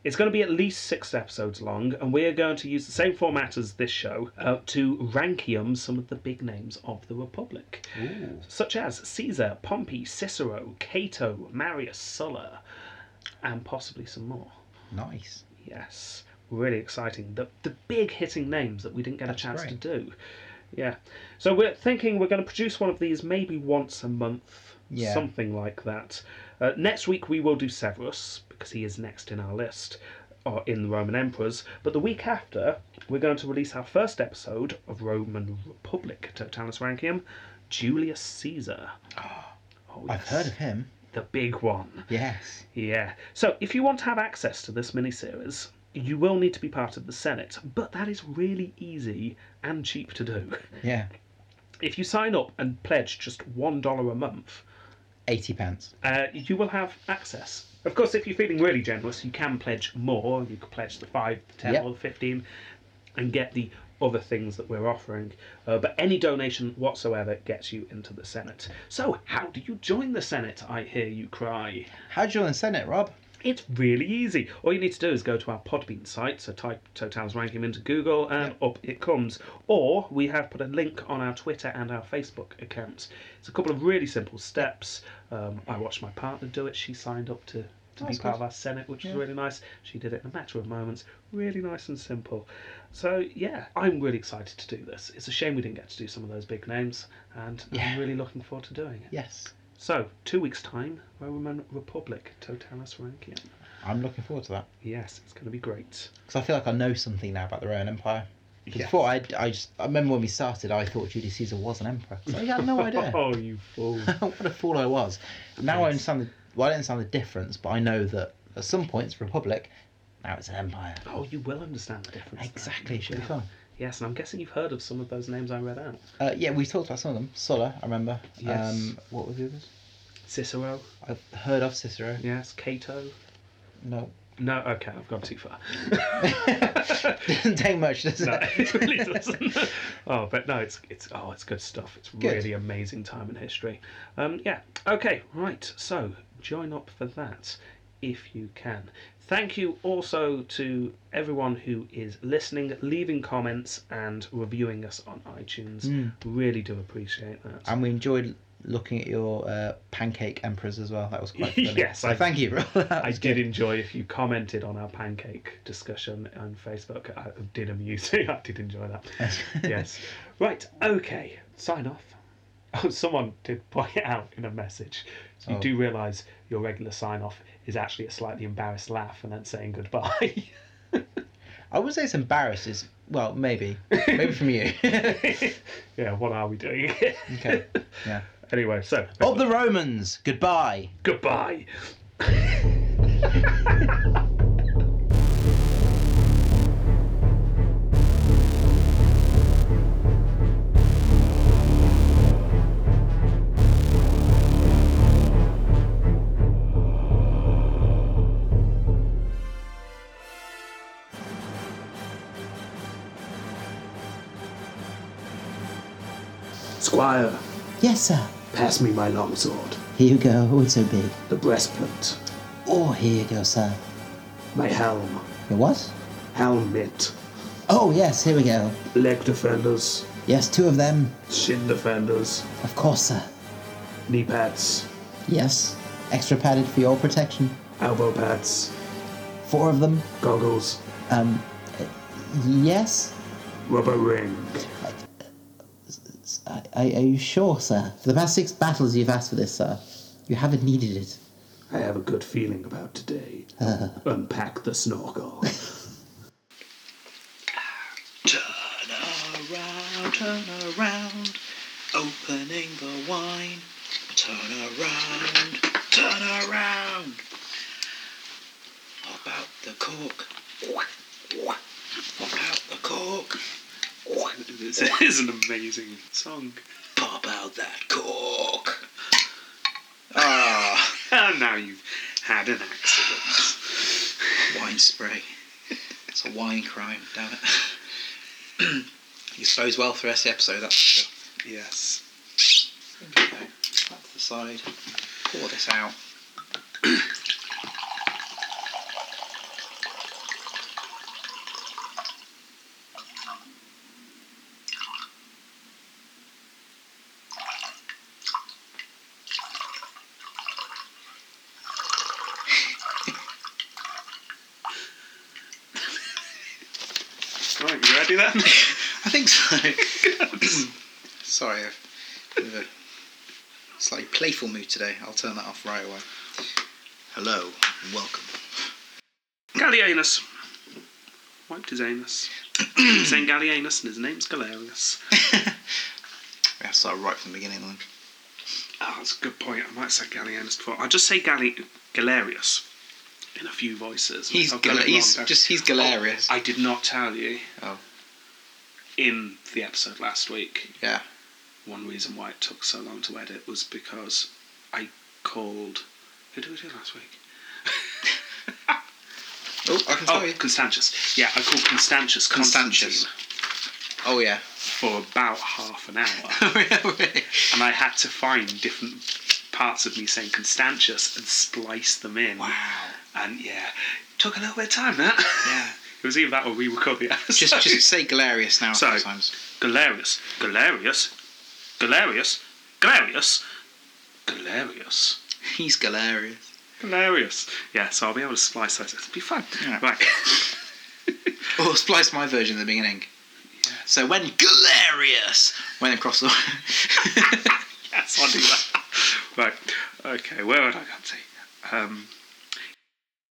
S3: It's going to be at least six episodes long, and we are going to use the same format as this show uh, to rankium some of the big names of the Republic, such as Caesar, Pompey, Cicero, Cato, Marius Sulla, and possibly some more.
S2: nice.
S3: Yes, really exciting. The the big hitting names that we didn't get
S2: That's
S3: a chance
S2: great.
S3: to do. Yeah. So we're thinking we're going to produce one of these maybe once a month,
S2: Yeah.
S3: something like that. Uh, next week we will do Severus because he is next in our list. Or in the Roman Emperors, but the week after we're going to release our first episode of Roman Republic Totalis Rankium, Julius Caesar. Oh,
S2: Ah, I've
S3: yes,
S2: heard of him.
S3: the big one.
S2: Yes.
S3: Yeah. So if you want to have access to this miniseries, you will need to be part of the Senate, but that is really easy and cheap to do. [LAUGHS]
S2: Yeah.
S3: If you sign up and pledge just $1 a month,
S2: 80 pence.
S3: uh, you will have access. Of course, if you're feeling really generous, you can pledge more. You can pledge the 5, the 10,
S2: Yep.
S3: or the 15 and get the other things that we're offering. Uh, but any donation whatsoever gets you into the Senate. So, how do you join the Senate? I hear you cry.
S2: How'd you join the Senate, Rob?
S3: It's really easy. All you need to do is go to our Podbean site, so type Total's Ranking into Google and up it comes. Or we have put a link on our Twitter and our Facebook accounts. It's a couple of really simple steps. Um, I watched my partner do it. She signed up to, to be
S2: That's
S3: part
S2: good.
S3: of our Senate, which was really nice. She did it in a matter of moments. Really nice and simple. So, yeah, I'm really excited to do this. It's a shame we didn't get to do some of those big names, and
S2: Yeah.
S3: I'm really looking forward to doing it.
S2: Yes.
S3: So, two weeks' time, Roman Republic, Totalis Rankium.
S2: I'm looking forward to that.
S3: Yes, it's going to be great.
S2: Because I feel like I know something now about the Roman Empire. 'Cause
S3: Yeah.
S2: Before, I, I, just, I remember when we started, I thought Julius Caesar was an emperor. 'Cause I had no idea.
S3: [LAUGHS] Oh, you
S2: [LAUGHS]
S3: fool.
S2: what a fool I was. Now I understand the, well, I don't understand the difference, but I know that at some point it's a republic, now it's an empire.
S3: oh, you will understand the difference. then.
S2: Exactly, it should be
S3: Yeah.
S2: fun.
S3: Yes, and I'm guessing you've heard of some of those names I read out.
S2: Uh, yeah, we talked about some of them. Sulla, I remember.
S3: Yes.
S2: Um, what was the others?
S3: Cicero,
S2: I've heard of Cicero.
S3: yes, Cato.
S2: No. [LAUGHS]
S3: No, okay, I've gone too far. [LAUGHS]
S2: Doesn't take much, does
S3: No, [LAUGHS]
S2: it?
S3: it really doesn't. [LAUGHS] oh, but no, it's it's oh, it's good stuff. It's
S2: Good.
S3: really amazing time in history. Um, yeah. Okay, right. So join up for that if you can. Thank you also to everyone who is listening, leaving comments, and reviewing us on iTunes. Really do appreciate that.
S2: And we enjoyed looking at your uh, pancake emperors as well. That was
S3: [LAUGHS]
S2: quite funny.
S3: Yes,
S2: so
S3: I-
S2: thank you. for all that. That
S3: I
S2: was
S3: did
S2: good.
S3: enjoy if you commented on our pancake discussion on Facebook. I it did amuse me. [LAUGHS] I did enjoy that. yes. Right. Okay. Sign off. [LAUGHS] Oh, someone did point out in a message. So you
S2: Oh.
S3: do realise your regular sign off is actually a slightly embarrassed laugh and then saying goodbye. [LAUGHS]
S2: I would say it's embarrassed. It's, well, maybe. Maybe from
S3: [LAUGHS]
S2: you. [LAUGHS]
S3: yeah. What are we doing? [LAUGHS] here?
S2: okay. Yeah.
S3: anyway. So
S2: Of Oh, the Romans, goodbye.
S3: goodbye.
S5: Squire,
S4: Yes, sir.
S5: pass me my longsword,
S4: Here you go. Oh, it's so big.
S5: the breastplate,
S4: Oh, here you go, sir.
S5: my helm,
S4: Your what?
S5: helmet,
S4: Oh, yes, here we go.
S5: leg defenders,
S4: Yes, two of them.
S5: shin defenders,
S4: Of course, sir.
S5: knee pads,
S4: Yes. Extra padded for your protection.
S5: elbow pads,
S4: Four of them.
S5: goggles,
S4: Um, uh, yes?
S5: rubber ring.
S4: Are, are are you sure, sir? For the past six battles you've asked for this, sir. You haven't needed it.
S5: I have a good feeling about today.
S6: [LAUGHS]
S5: Unpack the snorkel.
S6: Turn around, turn around, opening the wine. Turn around, turn around. Pop out the cork. Pop out the cork.
S7: [LAUGHS] This is an amazing song.
S6: Pop out that cork.
S7: Ah, [LAUGHS] now you've had an accident.
S6: Wine spray. [LAUGHS] It's a wine crime, damn it. [CLEARS THROAT] you suppose well for the rest of the episode, that's for sure.
S7: Yes.
S6: Okay, back to the side. Pour this out.
S7: Right, you
S6: [LAUGHS]
S7: ready then?
S6: I think so. [COUGHS] Sorry, I've been in a slightly playful mood today. I'll turn that off right away. Hello and welcome.
S7: Gallienus. Wiped his anus. He's saying Gallienus and his name's Galerius.
S6: We have to start right from the beginning then.
S7: Ah, that's a good point. I might say Gallienus before. I'll just say Galli- Galerius in a few voices.
S6: He's
S7: I'll get
S6: Gal-
S7: it
S6: he's
S7: wrong.
S6: just he's Galerius.
S7: Oh, I did not tell you.
S6: Oh.
S7: In the episode last week,
S6: yeah.
S7: one reason why it took so long to edit was because I called. Who did we do last week?
S6: Oh, I can tell
S7: Oh,
S6: you.
S7: Constantius. Yeah, I called Constantius
S6: Constantius.
S7: Constantine
S6: Oh yeah.
S7: for about half an
S2: [LAUGHS]
S7: hour,
S6: really?
S7: and I had to find different parts of me saying Constantius and splice them in.
S6: Wow.
S3: And yeah, took a little bit of time, that.
S2: Yeah.
S3: [LAUGHS] it was either that or we were covered. Yeah.
S2: Just
S3: So-
S2: just say Galerius now
S3: Sorry.
S2: sometimes.
S3: Galerius, Galerius, Galerius, Galerius, Galerius,
S2: He's Galerius.
S3: Galerius. Yeah, so I'll be able to splice those. It'll be fun.
S2: Yeah.
S3: Right. [LAUGHS]
S2: Or splice my version at the beginning. So when Galerius went across the
S6: [LAUGHS]
S3: yes, I'll do that. Right. Okay, where would I got to? Um,